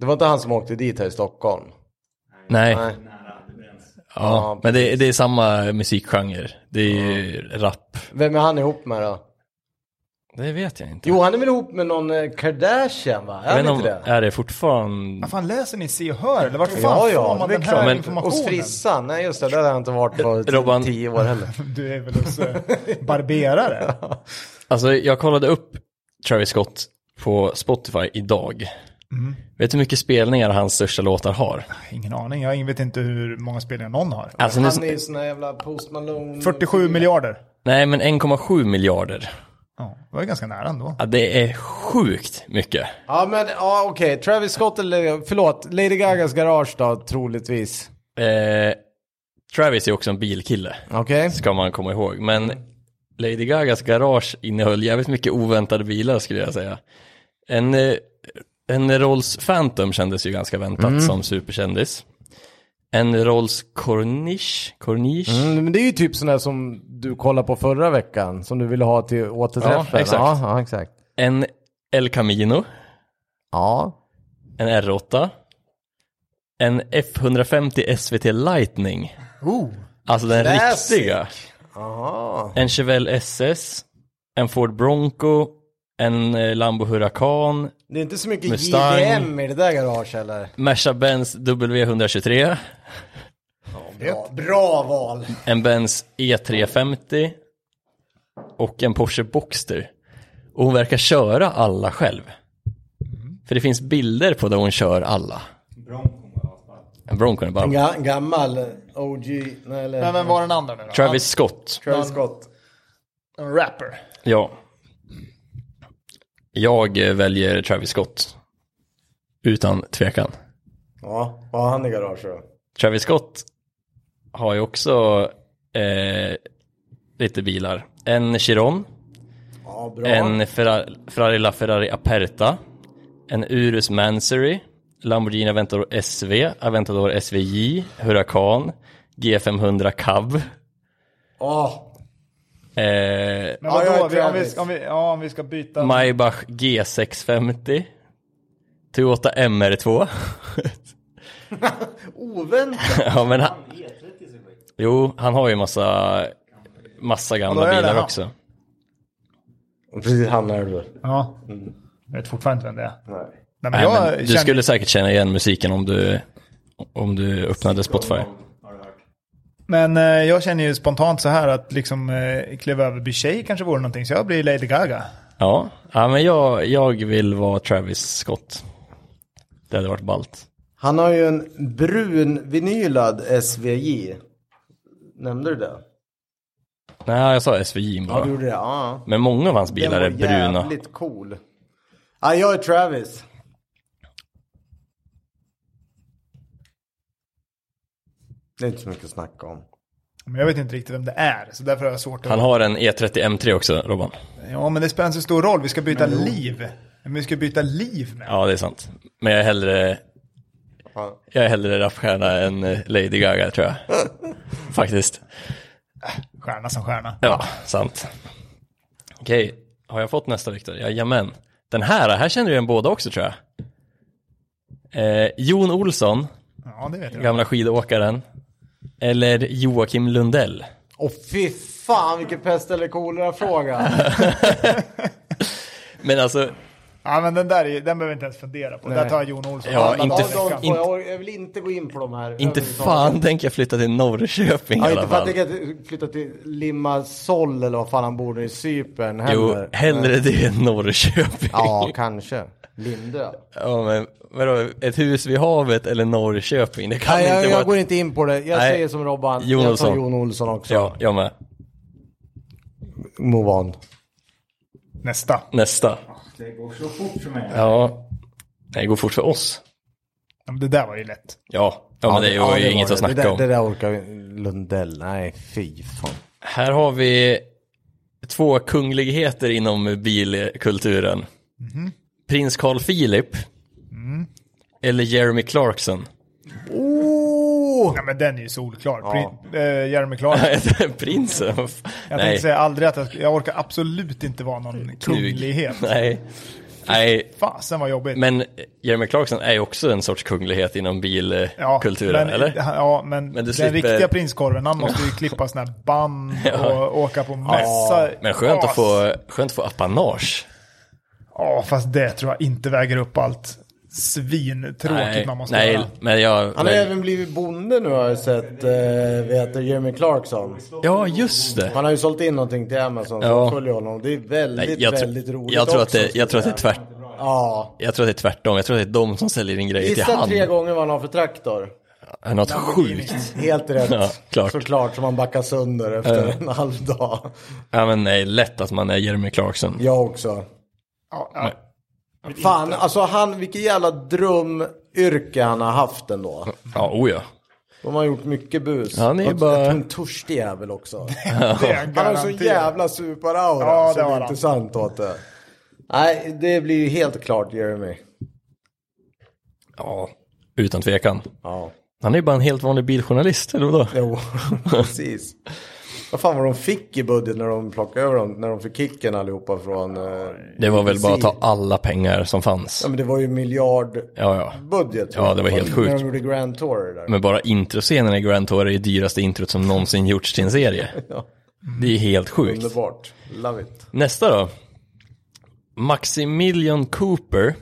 Speaker 1: Det var inte han som åkte dit här i Stockholm.
Speaker 2: Nej,
Speaker 1: Nej.
Speaker 2: ja, men det, det är samma musikgenre. Det är ju rap.
Speaker 1: Vem är han ihop med då?
Speaker 2: Det vet jag inte.
Speaker 1: Jo, han är väl ihop med någon eh, Kardashian va?
Speaker 2: jag
Speaker 1: Är
Speaker 2: vet
Speaker 1: han
Speaker 2: inte om,
Speaker 1: inte det?
Speaker 2: är det fortfarande...
Speaker 3: Vad fan läser ni Se och Hör? Eller vart fan
Speaker 1: Ja,
Speaker 3: får
Speaker 1: ja,
Speaker 3: man
Speaker 1: det är
Speaker 3: den här
Speaker 1: klart. Men,
Speaker 3: informationen?
Speaker 1: hos frissan, nej just det, där har jag inte varit på
Speaker 2: Robban.
Speaker 1: tio år heller.
Speaker 3: Du är väl hos eh, barberare?
Speaker 2: Alltså jag kollade upp Travis Scott på Spotify idag.
Speaker 1: Mm.
Speaker 2: Vet du hur mycket spelningar hans största låtar har?
Speaker 3: Ingen aning, jag vet inte hur många spelningar någon har.
Speaker 2: Alltså, nu,
Speaker 1: Han är ju sån här jävla Post Malone.
Speaker 3: 47 miljarder.
Speaker 2: nej men 1,7 miljarder.
Speaker 3: Ja, det var ju ganska nära ändå.
Speaker 2: Ja, det är sjukt mycket.
Speaker 1: Ja men ja, okej, Travis Scott eller förlåt, Lady Gagas garage då troligtvis.
Speaker 2: Eh, Travis är också en bilkille,
Speaker 1: Okej.
Speaker 2: ska man komma ihåg. Men Lady Gagas garage innehöll jävligt mycket oväntade bilar skulle jag säga. En, eh, en Rolls Phantom kändes ju ganska väntat
Speaker 1: Mm.
Speaker 2: som superkändis. En Rolls Corniche, Corniche?
Speaker 1: Mm, men det är ju typ sån där som du kollade på förra veckan, som du ville ha till återträffen.
Speaker 2: Ja, exakt.
Speaker 1: Ja, ja, exakt.
Speaker 2: En El Camino,
Speaker 1: Ja.
Speaker 2: en R8, en F150 SVT Lightning,
Speaker 3: Oh.
Speaker 2: alltså den
Speaker 1: Classic.
Speaker 2: riktiga,
Speaker 1: Aha.
Speaker 2: en Chevelle SS, en Ford Bronco, en eh, Lambo Huracan,
Speaker 1: Det är inte så mycket
Speaker 2: Mustang.
Speaker 1: JDM i det där garaget heller.
Speaker 2: Merca-Benz W123,
Speaker 1: Bra, bra val.
Speaker 2: en Benz E350 och en Porsche Boxster. Och hon verkar köra alla själv. För det finns bilder på där hon kör alla. En Broncon är bara
Speaker 1: Ga- gammal OG, nej, eller
Speaker 3: Men vem var den andra nu då?
Speaker 2: Travis Scott.
Speaker 1: Travis Scott.
Speaker 3: En rapper.
Speaker 2: Ja. Jag eh, väljer Travis Scott. Utan tvekan.
Speaker 1: Ja, vad har han i garaget då?
Speaker 2: Travis Scott har ju också eh, lite bilar. En Chiron,
Speaker 1: Ja, bra.
Speaker 2: en Ferrari, Ferrari LaFerrari Aperta, en Urus Mansory, Lamborghini Aventador SV, Aventador SVJ, Huracan, G500 Cab.
Speaker 1: Ja,
Speaker 2: Eh,
Speaker 3: Men
Speaker 1: Ja,
Speaker 3: vadå,
Speaker 1: jag är
Speaker 3: om, vi, om, vi,
Speaker 1: Travis.
Speaker 3: om, vi, ja, om vi ska byta...
Speaker 2: Maybach G650 Toyota MR2
Speaker 1: oväntat.
Speaker 2: Ja men han
Speaker 3: E
Speaker 2: Jo, han har ju massa Massa
Speaker 3: Ja,
Speaker 2: gamla
Speaker 3: då är det
Speaker 2: bilar
Speaker 3: han.
Speaker 2: också
Speaker 1: Precis, han är det.
Speaker 3: Ja. Jag vet fortfarande inte vem det är.
Speaker 1: Nej.
Speaker 3: Nej, men
Speaker 2: Nej,
Speaker 3: jag
Speaker 2: men Du
Speaker 3: känner...
Speaker 2: skulle säkert känna igen musiken om du Om du öppnade Spotify
Speaker 3: Men eh, jag känner ju spontant så här att liksom eh, kliva över bli tjej kanske vore någonting. Så jag blir Lady Gaga.
Speaker 2: Ja, ja men jag, jag vill vara Travis Scott Det hade varit ballt
Speaker 1: Han har ju en brun vinylad SVJ. Nämnde du det?
Speaker 2: Nej, jag sa SVJ
Speaker 1: Ja,
Speaker 2: bara
Speaker 1: du gjorde det. Ja.
Speaker 2: Men många av hans
Speaker 1: Den
Speaker 2: bilar är
Speaker 1: var
Speaker 2: bruna
Speaker 1: jävligt cool. Ja, jag är Travis. Det är inte så mycket att snacka om.
Speaker 3: Men jag vet inte riktigt vem det är. Så därför har jag svårt att...
Speaker 2: Han har en E30 M3 också, Robban
Speaker 3: Ja, men det spelar inte så stor roll. Vi ska byta liv. Men vi ska byta liv med.
Speaker 2: Ja, det är sant. Men jag är hellre,
Speaker 1: Ja.
Speaker 2: jag är hellre rapstjärna än eh, Lady Gaga tror jag. Faktiskt.
Speaker 3: Stjärna som stjärna.
Speaker 2: Ja, sant. Okej, har jag fått nästa Viktor? Jajamän. Den här, här känner du igen båda också tror jag. Eh, Jon Olsson,
Speaker 3: Ja, det vet jag.
Speaker 2: gamla skidåkaren. Eller Joakim Lundell.
Speaker 1: Åh fy fan vilken pest eller kolera fråga.
Speaker 2: Men alltså,
Speaker 3: Ja, men den där är, den behöver jag inte ens fundera på. Där tar jag Jon Olsson.
Speaker 2: Ja,
Speaker 3: Alla
Speaker 2: inte-
Speaker 3: dagar.
Speaker 1: Alltså, jag, jag, orkar- jag vill inte gå in på de här.
Speaker 2: inte
Speaker 1: överhuvudtaget.
Speaker 2: fan tänker jag flytta till Norrköping i
Speaker 1: Ja,
Speaker 2: alla
Speaker 1: inte för att
Speaker 2: fall.
Speaker 1: jag kan flytta till Limassol eller vad fan han bor i Cypern
Speaker 2: Jo,
Speaker 1: heller.
Speaker 2: hellre det än Norrköping.
Speaker 1: Ja, kanske. Lindö.
Speaker 2: Ja men vadå, ett hus vid havet eller Norrköping? Det kan
Speaker 1: Nej,
Speaker 2: inte
Speaker 1: jag,
Speaker 2: vara...
Speaker 1: jag går inte in på det. Jag
Speaker 2: Nej.
Speaker 1: säger som Robban.
Speaker 2: Jon
Speaker 1: jag tar
Speaker 2: Olsson.
Speaker 1: Jon Olsson också.
Speaker 2: Ja, jag med.
Speaker 1: Move on.
Speaker 3: Nästa.
Speaker 2: Nästa.
Speaker 4: Det går så fort för mig.
Speaker 2: Ja. Nej, det går fort för oss.
Speaker 3: Ja, men det där var ju lätt.
Speaker 2: Ja, ja, men det är ju
Speaker 1: ja, var
Speaker 2: inget
Speaker 1: det.
Speaker 2: att snacka
Speaker 1: det där,
Speaker 2: om.
Speaker 1: Det där orkar vi. Lundell, nej fy fan.
Speaker 2: Här har vi två kungligheter inom bilkulturen.
Speaker 3: Mhm.
Speaker 2: Prins Carl Philip.
Speaker 3: Mm.
Speaker 2: Eller Jeremy Clarkson.
Speaker 1: Oh!
Speaker 3: Ja, men den är ju solklar. Prin- eh, Jeremy Clarkson.
Speaker 2: Prinsen? vad fan?
Speaker 3: Jag tänkte säga aldrig att jag, jag orkar absolut inte vara någon kunglighet.
Speaker 2: Nej. Nej,
Speaker 3: Fasen vad jobbigt.
Speaker 2: men Jeremy Clarkson är ju också en sorts kunglighet inom bilkulturen,
Speaker 3: men,
Speaker 2: eller?
Speaker 3: Ja, men,
Speaker 2: du
Speaker 3: den
Speaker 2: slipper-
Speaker 3: riktiga prinskorven, han måste ju klippa sådana här band och åka på mässa.
Speaker 2: Men skönt
Speaker 3: As.
Speaker 2: att få, skönt att få apanage.
Speaker 3: Ja, fast det tror jag inte väger upp allt svintråkigt
Speaker 2: Nej,
Speaker 3: man måste
Speaker 2: nej
Speaker 3: göra.
Speaker 2: men jag...
Speaker 1: Han har
Speaker 2: men,
Speaker 1: även blivit bonde nu har jag sett, eh, vad heter Jeremy Clarkson.
Speaker 2: ja, just det.
Speaker 1: Han har ju sålt in någonting till Amazon,
Speaker 2: Ja.
Speaker 1: så följer honom. Det är väldigt,
Speaker 2: Nej, jag, tr-
Speaker 1: väldigt roligt
Speaker 2: jag tror att
Speaker 1: också,
Speaker 2: det, jag tror att det är
Speaker 1: ska jag
Speaker 2: tvärt,
Speaker 1: säga. Ja.
Speaker 2: jag tror att det är tvärtom. Jag tror att det är de som säljer in grejer till
Speaker 1: Gissa
Speaker 2: han.
Speaker 1: tre gånger vad han har för traktor.
Speaker 2: Är Något sjukt.
Speaker 1: Helt rätt.
Speaker 2: Ja, klart.
Speaker 1: Såklart, som man backar sönder efter en halv dag.
Speaker 2: Ja men nej, lätt att man är Jeremy Clarkson.
Speaker 1: Jag också.
Speaker 3: Ja, ja.
Speaker 1: Fan, alltså han, vilket jävla drömyrke han har haft ändå.
Speaker 2: Ja, oh ja.
Speaker 1: De har gjort mycket bus.
Speaker 2: Han är ju
Speaker 1: Och
Speaker 2: bara-
Speaker 1: En törstig jävel också.
Speaker 3: Det är
Speaker 1: Han har så
Speaker 3: garanterat.
Speaker 1: jävla superaura.
Speaker 3: Ja, det
Speaker 1: så det
Speaker 3: har
Speaker 1: är
Speaker 3: han.
Speaker 1: inte sant åt det. Nej, det blir ju helt klart Jeremy.
Speaker 2: Ja, utan tvekan.
Speaker 1: Ja,
Speaker 2: Han är ju bara en helt vanlig biljournalist, eller vadå?
Speaker 1: jo, precis. Vad fan var de fick i budget när de plockade över dem? När de fick kicken allihopa från... Eh...
Speaker 2: Det var väl bara att ta alla pengar som fanns.
Speaker 1: Ja, men det var ju miljardbudget.
Speaker 2: Ja, ja.
Speaker 1: tror jag.
Speaker 2: det var helt
Speaker 1: När
Speaker 2: sjukt.
Speaker 1: de gjorde Grand Tour där.
Speaker 2: Men bara introscenen i Grand Tour är det dyraste introt som någonsin gjorts till en serie.
Speaker 1: Ja.
Speaker 2: Det är helt sjukt.
Speaker 1: Underbart. Love it.
Speaker 2: Nästa då. Maximilian Cooper.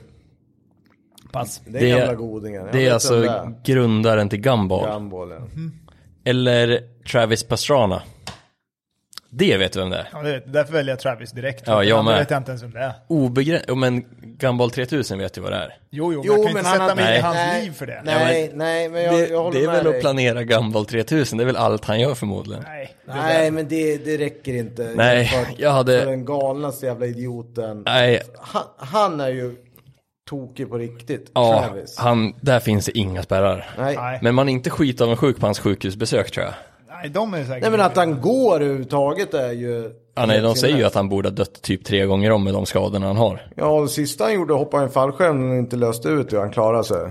Speaker 3: Pass.
Speaker 1: Det är
Speaker 2: Det-
Speaker 1: gamla godingar. Jag
Speaker 2: Det
Speaker 1: vet
Speaker 2: är
Speaker 1: vem
Speaker 2: alltså
Speaker 1: det är.
Speaker 2: grundaren till Gumball.
Speaker 1: Gumball, ja.
Speaker 3: Mm.
Speaker 2: Eller Travis Pastrana. Det vet du vem det är.
Speaker 3: Ja, det vet, därför väljer jag Travis direkt.
Speaker 2: Ja, jag
Speaker 3: Men
Speaker 2: med.
Speaker 3: vet jag inte ens vem det är.
Speaker 2: Obegräns... Jo, men Gumball 3000 vet ju vad det är.
Speaker 3: Jo, jo, men jag kan inte sätta mig in i
Speaker 2: Nej.
Speaker 3: hans liv för det. Nej.
Speaker 1: Nej, nej, men jag, jag
Speaker 2: Det,
Speaker 1: håller
Speaker 2: det är
Speaker 1: med
Speaker 2: väl
Speaker 1: dig.
Speaker 2: att planera Gumball 3000, det är väl allt han gör förmodligen.
Speaker 1: Nej, men det, det räcker inte.
Speaker 2: Nej,
Speaker 1: Jämfört
Speaker 2: jag hade-
Speaker 1: med den galnaste jävla idioten.
Speaker 2: Nej,
Speaker 1: Han, han är ju tokig på riktigt,
Speaker 2: ja,
Speaker 1: Travis.
Speaker 2: han, där finns det inga spärrar.
Speaker 1: Nej.
Speaker 3: Nej.
Speaker 2: Men man är inte skit av en sjuk på hans sjukhusbesök tror jag.
Speaker 3: Nej, de är säkert...
Speaker 1: nej, men att han går överhuvudtaget är ju...
Speaker 2: Ja, nej, de säger ju att han borde ha dött typ tre gånger om med de skadorna han har.
Speaker 1: Ja, och det sista han gjorde hoppade en fallskärm och inte löste ut hur han klarade sig.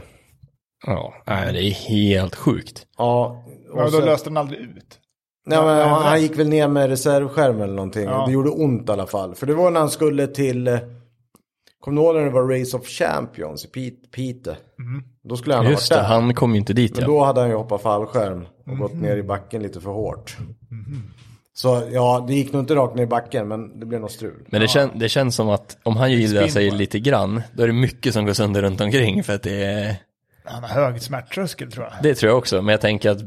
Speaker 2: Ja, nej, det är helt sjukt.
Speaker 1: Ja,
Speaker 3: Ja,
Speaker 1: och
Speaker 3: då
Speaker 1: sen,
Speaker 3: löste den aldrig ut.
Speaker 1: nej, men han, han gick väl ner med reservskärm eller någonting. Och det gjorde ont i alla fall. För det var när han skulle till... eh, Kommer du ihåg när det var Race of Champions i Pite- Piteå?
Speaker 3: Mm.
Speaker 1: Då skulle han ha varit
Speaker 2: Just det,
Speaker 1: där.
Speaker 2: han kom ju inte dit
Speaker 1: Men
Speaker 2: ja.
Speaker 1: då hade han ju hoppat fallskärm och gått ner i backen lite för hårt. Mhm. Så ja, det gick nog inte rakt ner i backen, men det blev nog strul.
Speaker 2: Men det, kän, det känns som att om han gillar sig lite grann, då är det mycket som går sönder runt omkring för att det är...
Speaker 3: Han har hög smärttröskel tror jag.
Speaker 2: Det tror jag också, men jag tänker att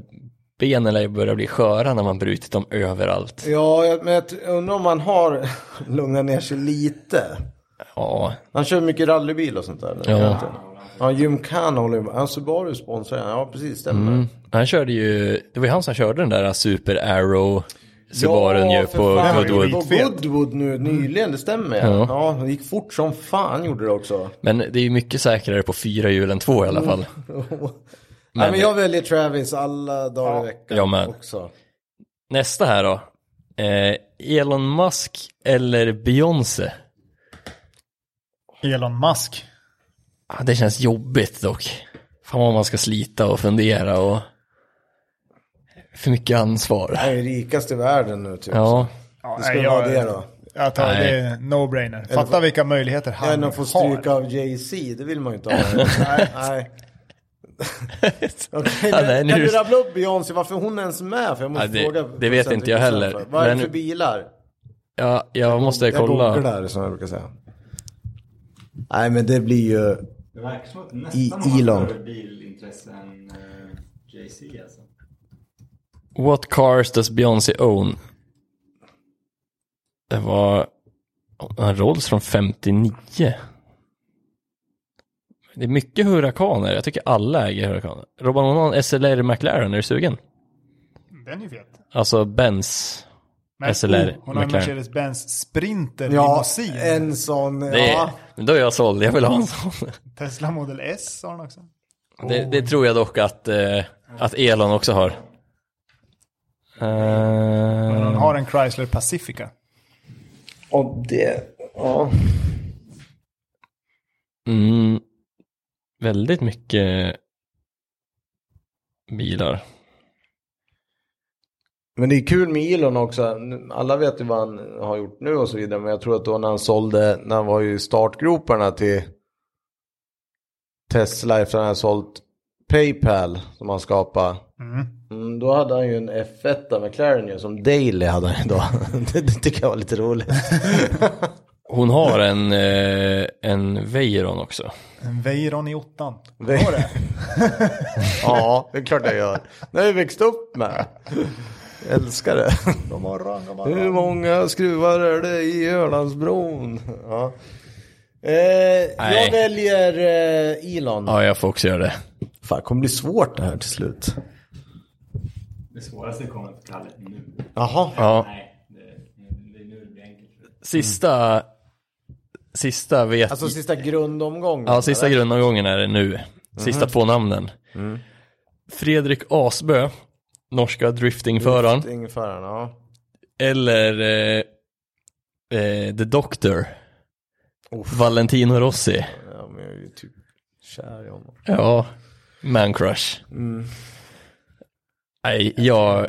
Speaker 2: benen lär ju börja bli sköra när man brutit dem överallt.
Speaker 1: Ja, jag- men jag t- undrar om han har lugnat ner sig lite.
Speaker 2: Ja,
Speaker 1: Han kör mycket rallybil och sånt där. eller?
Speaker 2: Ja.
Speaker 1: Jag vet inte. Ja, gymkan håller ju Ja, Subaru sponsrar han. Ja, precis. Stämmer.
Speaker 2: han körde ju, det var ju han som körde den där Super Arrow Subarun
Speaker 1: ja,
Speaker 2: ju
Speaker 1: för
Speaker 2: på
Speaker 1: fan,
Speaker 2: Goodwood.
Speaker 1: På Goodwood nu nyligen, det stämmer ja.
Speaker 2: Ja.
Speaker 1: Ja, det gick fort som fan gjorde det också.
Speaker 2: Men det är ju mycket säkrare på fyra hjul än två i alla fall.
Speaker 1: Nej, men jag väljer Travis alla dagar i veckan
Speaker 2: jag med.
Speaker 1: också.
Speaker 2: Nästa här då. Eh, Elon Musk eller Beyoncé?
Speaker 3: Elon Musk.
Speaker 2: Ah, det känns jobbigt dock. Fan vad man ska slita och fundera och för mycket ansvar.
Speaker 1: Han är ju rikast i världen nu typ.
Speaker 2: Ja,
Speaker 3: Ja,
Speaker 1: Det skulle
Speaker 3: nej,
Speaker 1: vara det då.
Speaker 3: Jag tar
Speaker 2: Nej.
Speaker 3: det är no-brainer. Fatta vilka möjligheter han
Speaker 1: Än att få stryka av Jay-Z, det vill man ju inte ha. Nej. Okej,
Speaker 2: Ja,
Speaker 1: men
Speaker 2: nej,
Speaker 1: Kan
Speaker 2: nu-
Speaker 1: du rabbla upp Beyoncé, varför hon ens är med? För jag måste
Speaker 2: Ja, det-
Speaker 1: fråga.
Speaker 2: det vet inte jag heller.
Speaker 1: Vad är det
Speaker 2: Men-
Speaker 1: för bilar?
Speaker 2: ja jag måste
Speaker 1: Jag
Speaker 2: kolla.
Speaker 1: googlar som jag brukar säga. Nej men det blir ju...
Speaker 4: Det verkar som att
Speaker 1: I-
Speaker 4: nästan har
Speaker 1: Elon.
Speaker 4: större bilintresse än eh, JC alltså.
Speaker 2: What cars does Beyoncé own? Det var en Rolls från 59. Det är mycket hurrakaner. Jag tycker alla äger hurrakaner. Robban har någon SLR McLaren, är du sugen?
Speaker 3: Den är ju fet.
Speaker 2: Alltså Benz.
Speaker 3: Men,
Speaker 2: SLR,
Speaker 3: hon har en
Speaker 2: McLaren.
Speaker 3: Mercedes-Benz Sprinter
Speaker 1: Ja, eh-
Speaker 3: limousin.
Speaker 1: en sån...
Speaker 2: Det är,
Speaker 1: Ja.
Speaker 2: Men då är jag såld, jag vill ha en sån.
Speaker 3: Tesla Model S har hon också.
Speaker 2: Mm. Det, det tror jag dock att, eh, att Elon också har. Eh,
Speaker 3: Hon har en Chrysler Pacifica.
Speaker 1: Och det... Ja.
Speaker 2: mm, väldigt mycket bilar.
Speaker 1: Men det är kul med Elon också. Alla vet ju vad han har gjort nu och så vidare. Men jag tror att då när han sålde, när han var i startgroparna till Tesla efter att han hade sålt Paypal som han skapade. Mm, då hade han ju en F1 McLaren ju, som Daily hade han idag. det, det tycker jag var lite roligt.
Speaker 2: Hon har en, eh, en Veyron också.
Speaker 3: En Veyron i åttan.
Speaker 1: Det... det? ja, det är klart jag gör. Det har jag växt upp med. Älskar det.
Speaker 3: God morgon, god
Speaker 1: Hur många skruvar är det i Ölandsbron? Ja. Eh,
Speaker 2: Nej.
Speaker 1: jag väljer eh, Elon.
Speaker 2: Ja, jag får också göra det.
Speaker 1: Fan, det kommer bli svårt det här till slut.
Speaker 4: Det svåraste kommer för Kalle nu.
Speaker 1: Jaha.
Speaker 2: Ja,
Speaker 4: Nej, det, det är nu det blir enkelt.
Speaker 2: sista, sista vet
Speaker 1: Alltså sista grundomgången.
Speaker 2: Ja, sista
Speaker 1: eller?
Speaker 2: grundomgången är det nu.
Speaker 1: Mhm.
Speaker 2: Sista två namnen.
Speaker 1: Mm.
Speaker 2: Fredrik Asbö, norska driftingföraren.
Speaker 1: Driftingföraren, ja.
Speaker 2: Eller eh, eh, The Doctor. Valentino Rossi.
Speaker 1: ja men jag är ju typ kär i honom.
Speaker 2: Ja, man crush.
Speaker 1: Mm.
Speaker 2: Nej, jag,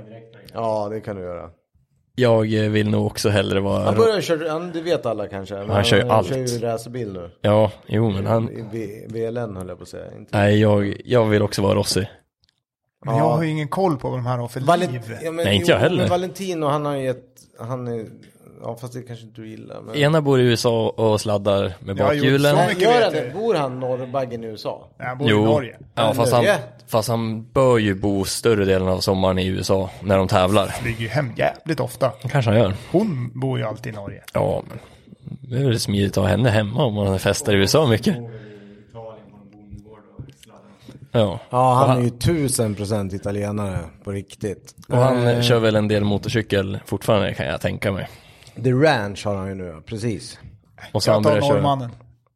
Speaker 1: Ja, det kan du göra.
Speaker 2: jag vill nog också hellre
Speaker 1: Han
Speaker 2: vara...
Speaker 1: börjar köra, han, det vet alla kanske. men
Speaker 2: han kör ju allt.
Speaker 1: Han kör ju racerbil nu.
Speaker 2: Ja, jo men han...
Speaker 1: I V- VLN höll jag på att säga. Inte.
Speaker 2: Nej, jag, jag vill också vara Rossi.
Speaker 3: Men jag har ju ingen koll på vad de här har för liv.
Speaker 1: Ja, men,
Speaker 2: Nej, inte jag heller.
Speaker 1: Men Valentino, han har ju ett, han är, ja fast det kanske inte du gillar. Men...
Speaker 2: Ena bor i USA och sladdar med
Speaker 3: Jag har gjort
Speaker 2: bakhjulen.
Speaker 3: så
Speaker 1: Nej,
Speaker 3: mycket
Speaker 1: gör han
Speaker 3: vet jag.
Speaker 1: det? Bor han norrbaggen i USA?
Speaker 3: Nej, Han bor i Norge.
Speaker 2: Ja, fast han,
Speaker 1: Norge.
Speaker 2: fast han bör ju bo större delen av sommaren i USA när de tävlar.
Speaker 3: Flyger ju hem jävligt ofta.
Speaker 2: kanske han gör.
Speaker 3: Hon bor ju alltid i Norge.
Speaker 2: Ja, men det är väl smidigt att ha henne hemma om man festar i USA mycket.
Speaker 4: Bor i Italien på någon bondgård och sladdar.
Speaker 2: Ja,
Speaker 1: Ja,
Speaker 2: Och
Speaker 1: han är ju tusen procent italienare på riktigt.
Speaker 2: och han
Speaker 3: Eh.
Speaker 2: kör väl en del motorcykel fortfarande kan jag tänka mig.
Speaker 1: Eh, The Ranch har han ju nu, precis.
Speaker 2: Och så han
Speaker 3: Jag tar
Speaker 2: börjar köra
Speaker 3: norrmannen.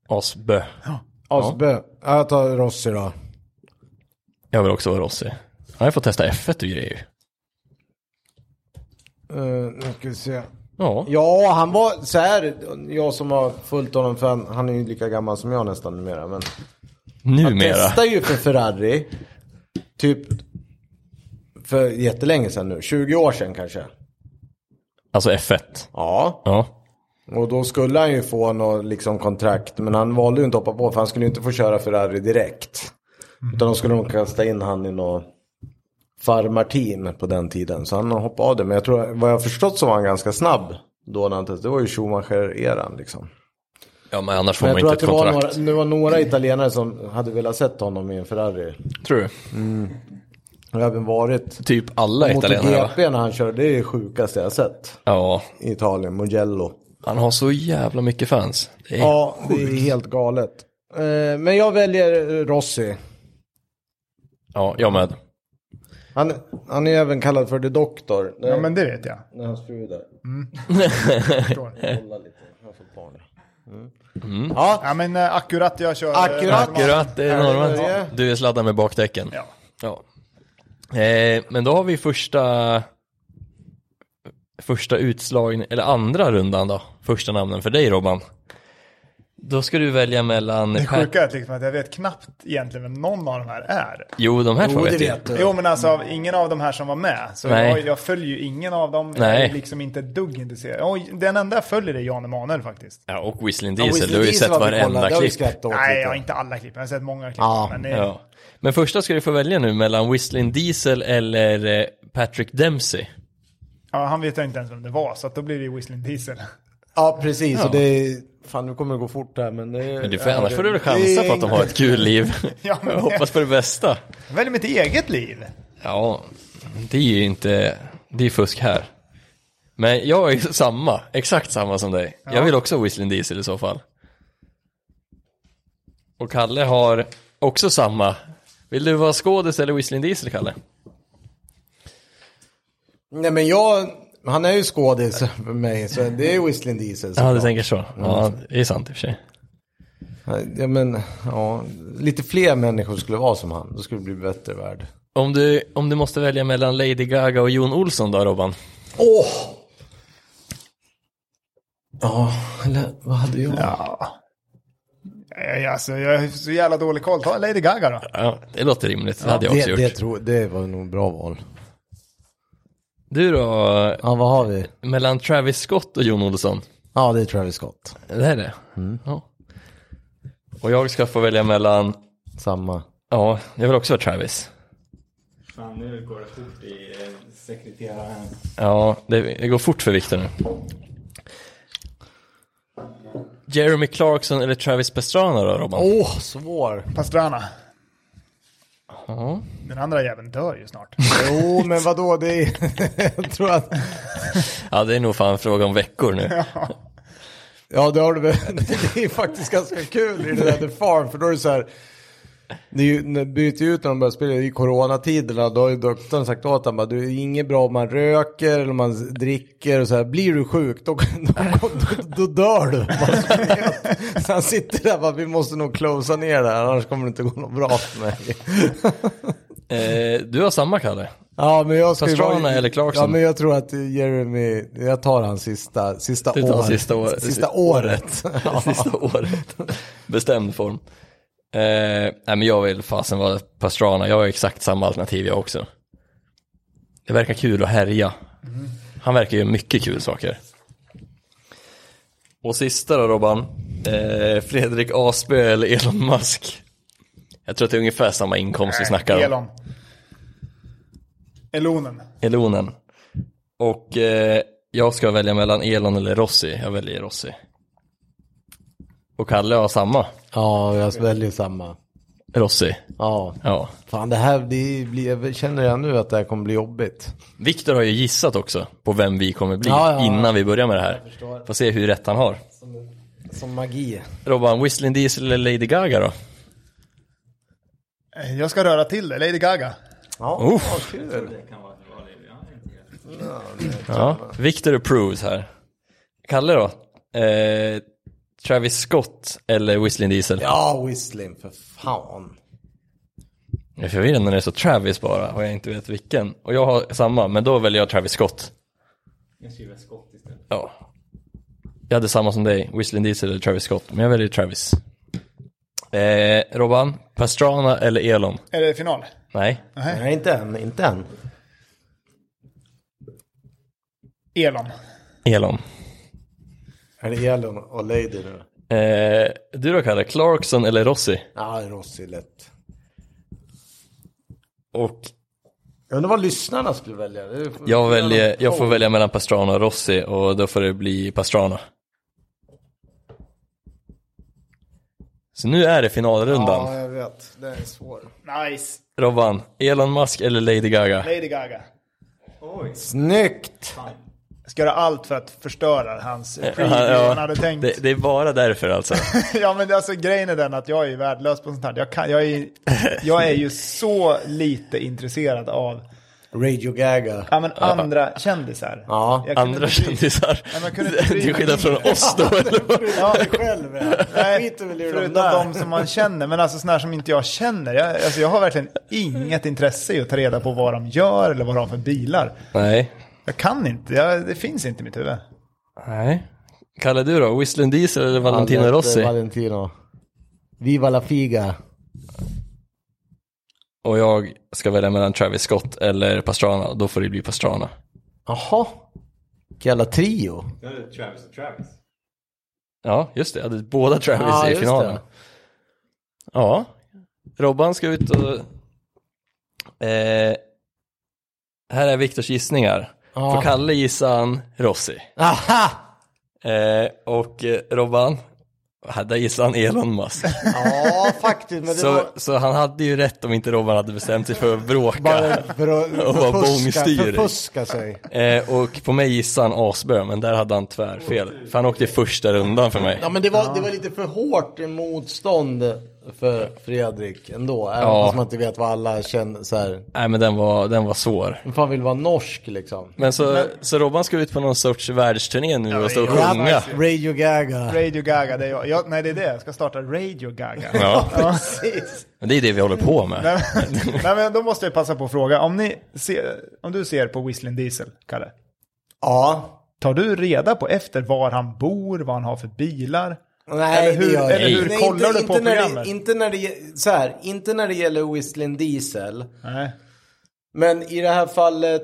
Speaker 2: Asbö.
Speaker 1: Asbö. Alltså, Ja. Jag tar Rossi då.
Speaker 2: Jag vill också vara Rossi. Han har fått testa F1 och grejer.
Speaker 1: Uh, nu ska vi se.
Speaker 2: Ja,
Speaker 1: Ja, han var så här, jag som har följt honom, för han, han är ju lika gammal som jag nästan numera. Men han
Speaker 2: numera.
Speaker 1: testar ju för Ferrari, typ för jättelänge sedan nu, 20 år sedan kanske.
Speaker 2: Alltså F1.
Speaker 1: Ja,
Speaker 2: Ja,
Speaker 1: och då skulle han ju få något liksom kontrakt, men han valde ju inte att hoppa på för han skulle ju inte få köra Ferrari direkt. Utan de skulle nog kasta in han i något farmarteam på den tiden. Så han hoppade av det. Men jag tror, vad jag har förstått så var han ganska snabb då när han testade. Det var ju Schumacher-eran liksom.
Speaker 2: ja men annars får
Speaker 1: Men jag
Speaker 2: man
Speaker 1: tror
Speaker 2: inte
Speaker 1: att det var,
Speaker 2: ett kontrakt.
Speaker 1: några, det var några italienare som hade velat sett honom i en Ferrari.
Speaker 2: Tror du?
Speaker 1: Och även varit
Speaker 2: Typ alla italienare va?
Speaker 1: MotoGP när han körde, det är det sjukaste jag har sett.
Speaker 2: Ja,
Speaker 1: I Italien, Mugello.
Speaker 2: han har så jävla mycket fans. Det är
Speaker 1: Ja, det är helt galet. Eh, Men jag väljer eh, Rossi.
Speaker 2: Ja, jag med.
Speaker 1: Han, han är även kallad för The Doctor. Det är,
Speaker 3: Ja, men det vet jag.
Speaker 1: När hans fru är där.
Speaker 3: Förstår.
Speaker 1: Kolla lite, han får barn. Mm. Ja,
Speaker 3: Ja, men eh, akkurat jag kör. eh,
Speaker 1: Akkurat.
Speaker 3: norrman.
Speaker 2: Akkurat, det är
Speaker 1: Ja,
Speaker 2: norrman.
Speaker 1: det är det.
Speaker 2: eh, Du är sladdad med bakdäcken.
Speaker 3: Ja.
Speaker 2: Ja. Eh, men då har vi första första utslagning, eller andra rundan då. Första namnen för dig Robban. Då ska du välja mellan...
Speaker 3: Det sjuka är att liksom att jag vet knappt egentligen vem någon av de här är.
Speaker 2: Jo, de här två
Speaker 1: jo, det
Speaker 2: vet jag.
Speaker 1: vet du.
Speaker 3: Jo men alltså av ingen av de här som var med. Så
Speaker 2: Nej.
Speaker 3: jag, jag följer ju ingen av dem. Jag
Speaker 2: Nej.
Speaker 3: är liksom inte ett dugg intresserad. Oj, den enda jag följer är Jan Emanuel faktiskt.
Speaker 2: Ja, och Whistling
Speaker 1: Ja,
Speaker 2: Diesel.
Speaker 1: Wesley
Speaker 2: du har ju
Speaker 1: Diesel
Speaker 2: sett
Speaker 1: var vi kollade,
Speaker 2: varenda
Speaker 1: det har vi
Speaker 2: klipp.
Speaker 1: skrattat åt
Speaker 3: Nej,
Speaker 1: lite.
Speaker 3: jag har inte alla klipp. Jag har sett många klipp.
Speaker 1: Ja.
Speaker 3: Men det,
Speaker 2: Ja. Men första ska du få välja nu mellan Whistling Diesel eller eh, Patrick Dempsey.
Speaker 3: ja, han vet jag inte ens vem det var. Så att då blir det ju Whistling Diesel.
Speaker 1: Ja, precis. Och det är, fan, nu kommer det gå fort här. Men, det,
Speaker 2: Men du får, annars får du väl chansa på att de har ett kul liv.
Speaker 3: Ja, men
Speaker 2: Jag
Speaker 3: det-
Speaker 2: hoppas på det bästa.
Speaker 3: Välj mitt eget liv.
Speaker 2: Ja, det är ju inte, det är fusk här. Men jag är ju samma, exakt samma som dig. Jag vill också ha Whistling Diesel i så fall. Och Kalle har också samma. Vill du vara skådis eller Whistling Diesel, Kalle?
Speaker 1: Nej, men jag... Han är ju skådis för mig, så det är Whistling Diesel.
Speaker 2: Ja, du tänker så. Ja, det är sant i och för sig.
Speaker 1: Ja, men, ja, lite fler människor skulle vara som han. Då skulle det bli bättre värld.
Speaker 2: Om du, om du måste välja mellan Lady Gaga och Jon Olsson då, Robban?
Speaker 1: Åh! Ja, eller vad hade jag?
Speaker 3: Ja. Jag, alltså, jag har så jävla dålig koll. Ta Lady Gaga då.
Speaker 2: Ja, det låter rimligt. Det hade jag också
Speaker 1: det,
Speaker 2: gjort.
Speaker 1: det, tror, det var nog bra val.
Speaker 2: Du då,
Speaker 1: Ja, vad har vi?
Speaker 2: mellan Travis Scott och Jon Olsson?
Speaker 1: Ja, det är Travis Scott.
Speaker 2: Det är det? Ja. Och jag ska få välja mellan,
Speaker 1: Samma.
Speaker 2: ja, jag vill också vara Travis.
Speaker 4: Fan, nu går det fort i eh, sekreteraren.
Speaker 2: Ja, det, det går fort för Victor nu. Jeremy Clarkson eller Travis Pastrana då, Robban?
Speaker 1: Åh, oh, svår.
Speaker 3: Pastrana.
Speaker 2: Ja.
Speaker 3: Den andra jäveln dör ju snart.
Speaker 1: Jo, men vadå, det är... jag tror att...
Speaker 2: Ja, det är nog fan fråga om veckor nu.
Speaker 1: Ja, det har du väl. Det är faktiskt ganska kul i det där The Farm, för då är det så här. Det är ju, när de byter ju ut när de börjar spela i coronatiderna, då har ju doktorn sagt åt honom att det är inget bra om man röker eller om man dricker och så här. Blir du sjuk, då, då, då, då dör du. Bara så ni vet. Så han sitter där och bara, vi måste nog closea ner det här, annars kommer det inte gå något bra för mig.
Speaker 2: Eh, du har samma, Kalle.
Speaker 1: Ja, men jag ska ju
Speaker 2: Pastrana
Speaker 1: vara-
Speaker 2: eller Clarkson?
Speaker 1: Ja, men jag tror att Jeremy, jag tar han sista, sista
Speaker 2: Du tar
Speaker 1: året.
Speaker 2: sista året.
Speaker 1: Sista året.
Speaker 2: Det Sista året. Bestämd form. Eh, nej, men jag vill fasen vara Pastrana. Jag har exakt samma alternativ jag också. Det verkar kul att härja. Han verkar göra mycket kul saker. Och sista då Robban. Eh, Fredrik Asbjö eller Elon Musk? Jag tror att det är ungefär samma inkomst vi snackar om.
Speaker 3: Elon. Elonen.
Speaker 2: Elonen. Och eh, jag ska välja mellan Elon eller Rossi. Jag väljer Rossi. Och Kalle har samma.
Speaker 1: Ja, jag väljer samma.
Speaker 2: Rossi.
Speaker 1: Ja,
Speaker 2: Ja.
Speaker 1: fan det här det blir, jag känner jag nu att det här kommer bli jobbigt.
Speaker 2: Viktor har ju gissat också på vem vi kommer bli
Speaker 1: Ja, ja, ja.
Speaker 2: innan vi börjar med det här.
Speaker 1: förstår.
Speaker 2: Får se hur rätt han har.
Speaker 1: Som magi.
Speaker 2: Robban, Whistling Diesel eller Lady Gaga då?
Speaker 3: Eh, Jag ska röra till det. Lady Gaga.
Speaker 1: Ja,
Speaker 2: Oh.
Speaker 1: vad kul.
Speaker 4: Det kan vara ett val. Ja, inte helt.
Speaker 2: Ja. Victor approves här. Kalle då? Eh, Travis Scott eller Whistling Diesel?
Speaker 1: Ja, Whistling, för fan.
Speaker 2: Jag är förvirrad när det är så Travis bara och jag inte vet vilken. Och jag har samma, men då väljer jag Travis Scott.
Speaker 4: Jag skriver skott istället.
Speaker 2: Ja. Jag hade samma som dig, Whistling Diesel eller Travis Scott, men jag väljer Travis. Eh, Robban, Pastrana eller Elon?
Speaker 3: Är det final?
Speaker 2: Nej.
Speaker 1: Nej, inte än, inte än.
Speaker 3: Elon.
Speaker 2: Elon.
Speaker 1: Är det Elon och Lady nu?
Speaker 2: Eh, du då Kalle, Clarkson eller Rossi?
Speaker 1: Ja, Rossi lätt.
Speaker 2: Och
Speaker 1: Jag undrar vad lyssnarna skulle välja. Det är-
Speaker 2: jag, väljer, jag får välja mellan Pastrana och Rossi och då får det bli Pastrana. Så nu är det finalrundan.
Speaker 1: Ja, jag vet. Det är svårt.
Speaker 3: Nice.
Speaker 2: Robban, Elon Musk eller Lady Gaga?
Speaker 3: Lady Gaga.
Speaker 4: Oj!
Speaker 1: Snyggt!
Speaker 3: Jag ska göra allt för att förstöra hans preview
Speaker 2: Ja, ja.
Speaker 3: han hade tänkt.
Speaker 2: Det, det är bara därför alltså.
Speaker 3: Ja men alltså grejen är den att jag är ju värdelös på sånt här. Jag, kan, jag, är, jag är ju så lite intresserad av
Speaker 1: Radio Gaga.
Speaker 3: ja, men andra kändisar.
Speaker 1: Ja,
Speaker 3: Jag kunde
Speaker 2: Andra
Speaker 3: inte bry-
Speaker 2: kändisar.
Speaker 3: Nej, man kunde inte bry-
Speaker 2: Till skillnad från oss då eller vad?
Speaker 3: Ja,
Speaker 1: Själv, jag
Speaker 3: nej,
Speaker 1: skiter väl i de
Speaker 3: förutom
Speaker 1: där.
Speaker 3: de som man känner, men alltså sådana här som inte jag känner. Jag, alltså, jag har verkligen inget intresse i att ta reda på vad de gör eller vad de har för bilar.
Speaker 2: Nej.
Speaker 3: Jag kan inte, jag, det finns inte i mitt huvud.
Speaker 2: Nej. Kalle du då, Whistling Diesel eller Valentino
Speaker 1: Ja, lätt, eh,
Speaker 2: Rossi?
Speaker 1: Valentino. Viva la figa.
Speaker 2: Och jag ska välja mellan Travis Scott eller Pastrana och då får det bli Pastrana.
Speaker 1: Jaha. Vilken jävla trio.
Speaker 4: Det är Travis och Travis.
Speaker 2: Ja, just det. Jag hade båda Travis
Speaker 1: Ja,
Speaker 2: i
Speaker 1: just
Speaker 2: finalen.
Speaker 1: det.
Speaker 2: Ja, Robban ska ut och... Eh, här är Viktors gissningar.
Speaker 1: Ja.
Speaker 2: För Kalle gissar han Rossi.
Speaker 1: Aha!
Speaker 2: Eh, och eh, Robban, här, där gissar han Elon Musk.
Speaker 1: Ja, faktiskt. Men det
Speaker 2: så,
Speaker 1: var
Speaker 2: så han hade ju rätt om inte Robban hade bestämt sig för att bråka.
Speaker 1: bara eh, för att
Speaker 2: Och vara
Speaker 1: förfuska,
Speaker 2: bångstyrig.
Speaker 1: förfuska sig.
Speaker 2: Eh, och på mig gissade han asbö, men där hade han tvärfel. För han åkte i första rundan för mig.
Speaker 1: Ja, men det var, det var lite för hårt motstånd för Fredrik ändå. Även
Speaker 2: Ja.
Speaker 1: fast man inte vet vad alla känner så här.
Speaker 2: Nej, men den var, den var svår.
Speaker 1: Vem fan vill vara norsk liksom?
Speaker 2: Men så, så Robban ska ut på någon sorts världsturné nu och så och
Speaker 3: ja,
Speaker 2: sjunga.
Speaker 1: Radio Gaga.
Speaker 3: Radio Gaga, det är jag. jag nej det är det, jag ska starta Radio Gaga.
Speaker 2: Ja,
Speaker 1: Precis.
Speaker 2: men det är det vi håller på med.
Speaker 3: Nej, men- nej men då måste jag passa på att fråga, om, ni ser, om du ser på Whistling Diesel, Kalle,
Speaker 1: Ja.
Speaker 3: tar du reda på efter var han bor, vad han har för bilar?
Speaker 1: Nej,
Speaker 3: Eller hur-
Speaker 1: det gör jag
Speaker 3: eller hur
Speaker 1: Nej,
Speaker 3: kollar du på
Speaker 1: inte När
Speaker 3: programmet?
Speaker 1: det, inte, när det, ge- så här, inte när det gäller Whistling Diesel.
Speaker 3: Nej.
Speaker 1: Men i det här fallet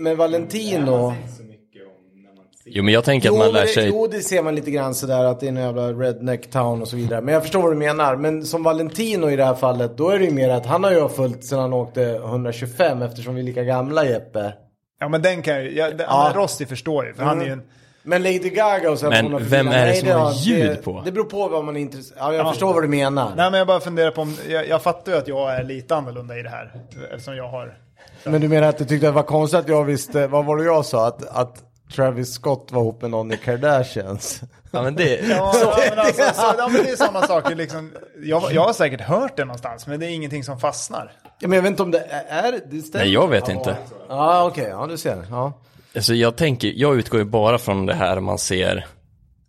Speaker 1: Men Valentin då?
Speaker 4: så mycket om när man ser.
Speaker 2: Jo, men jag tänker
Speaker 1: Jo,
Speaker 2: att man lär
Speaker 1: men det-
Speaker 2: sig.
Speaker 1: jo, det ser man lite grann sådär att det är en jävla redneck town och så vidare. Men jag förstår vad du menar. Men som Valentino i det här fallet, då är det ju mer att han har jag följt sedan han åkte 125 eftersom vi är lika gamla Jeppe.
Speaker 3: Ja men den kan jag ju, ja, Mm. den,
Speaker 1: Ja.
Speaker 3: Rossi förstår ju för han är ju en...
Speaker 1: Men Lady Gaga och sen
Speaker 2: Men
Speaker 1: 124,
Speaker 2: vem är det
Speaker 1: nej,
Speaker 2: som har
Speaker 1: har-
Speaker 2: ljud
Speaker 1: det,
Speaker 2: på?
Speaker 1: Det beror på vad man är intresserad Ja, jag förstår vad du menar.
Speaker 3: Nej men jag bara funderar på om, jag, jag fattar ju att jag är lite annorlunda i det här. Eftersom jag har...
Speaker 1: Men du menar att du tyckte att det var konstigt att jag visste, vad var det jag sa? Att, att Travis Scott var ihop med någon i Kardashians?
Speaker 2: Ja, men det...
Speaker 3: Ja, ja, men alltså, så, ja, men det är samma sak. det är Liksom, jag, jag har säkert hört det någonstans men det är ingenting som fastnar.
Speaker 1: Ja, men jag vet inte om det är, är det stämmer.
Speaker 2: Nej, jag vet inte.
Speaker 1: Ja, okej, ja du ser. Ja.
Speaker 2: Alltså, jag, tänker, jag utgår ju bara från det här man ser,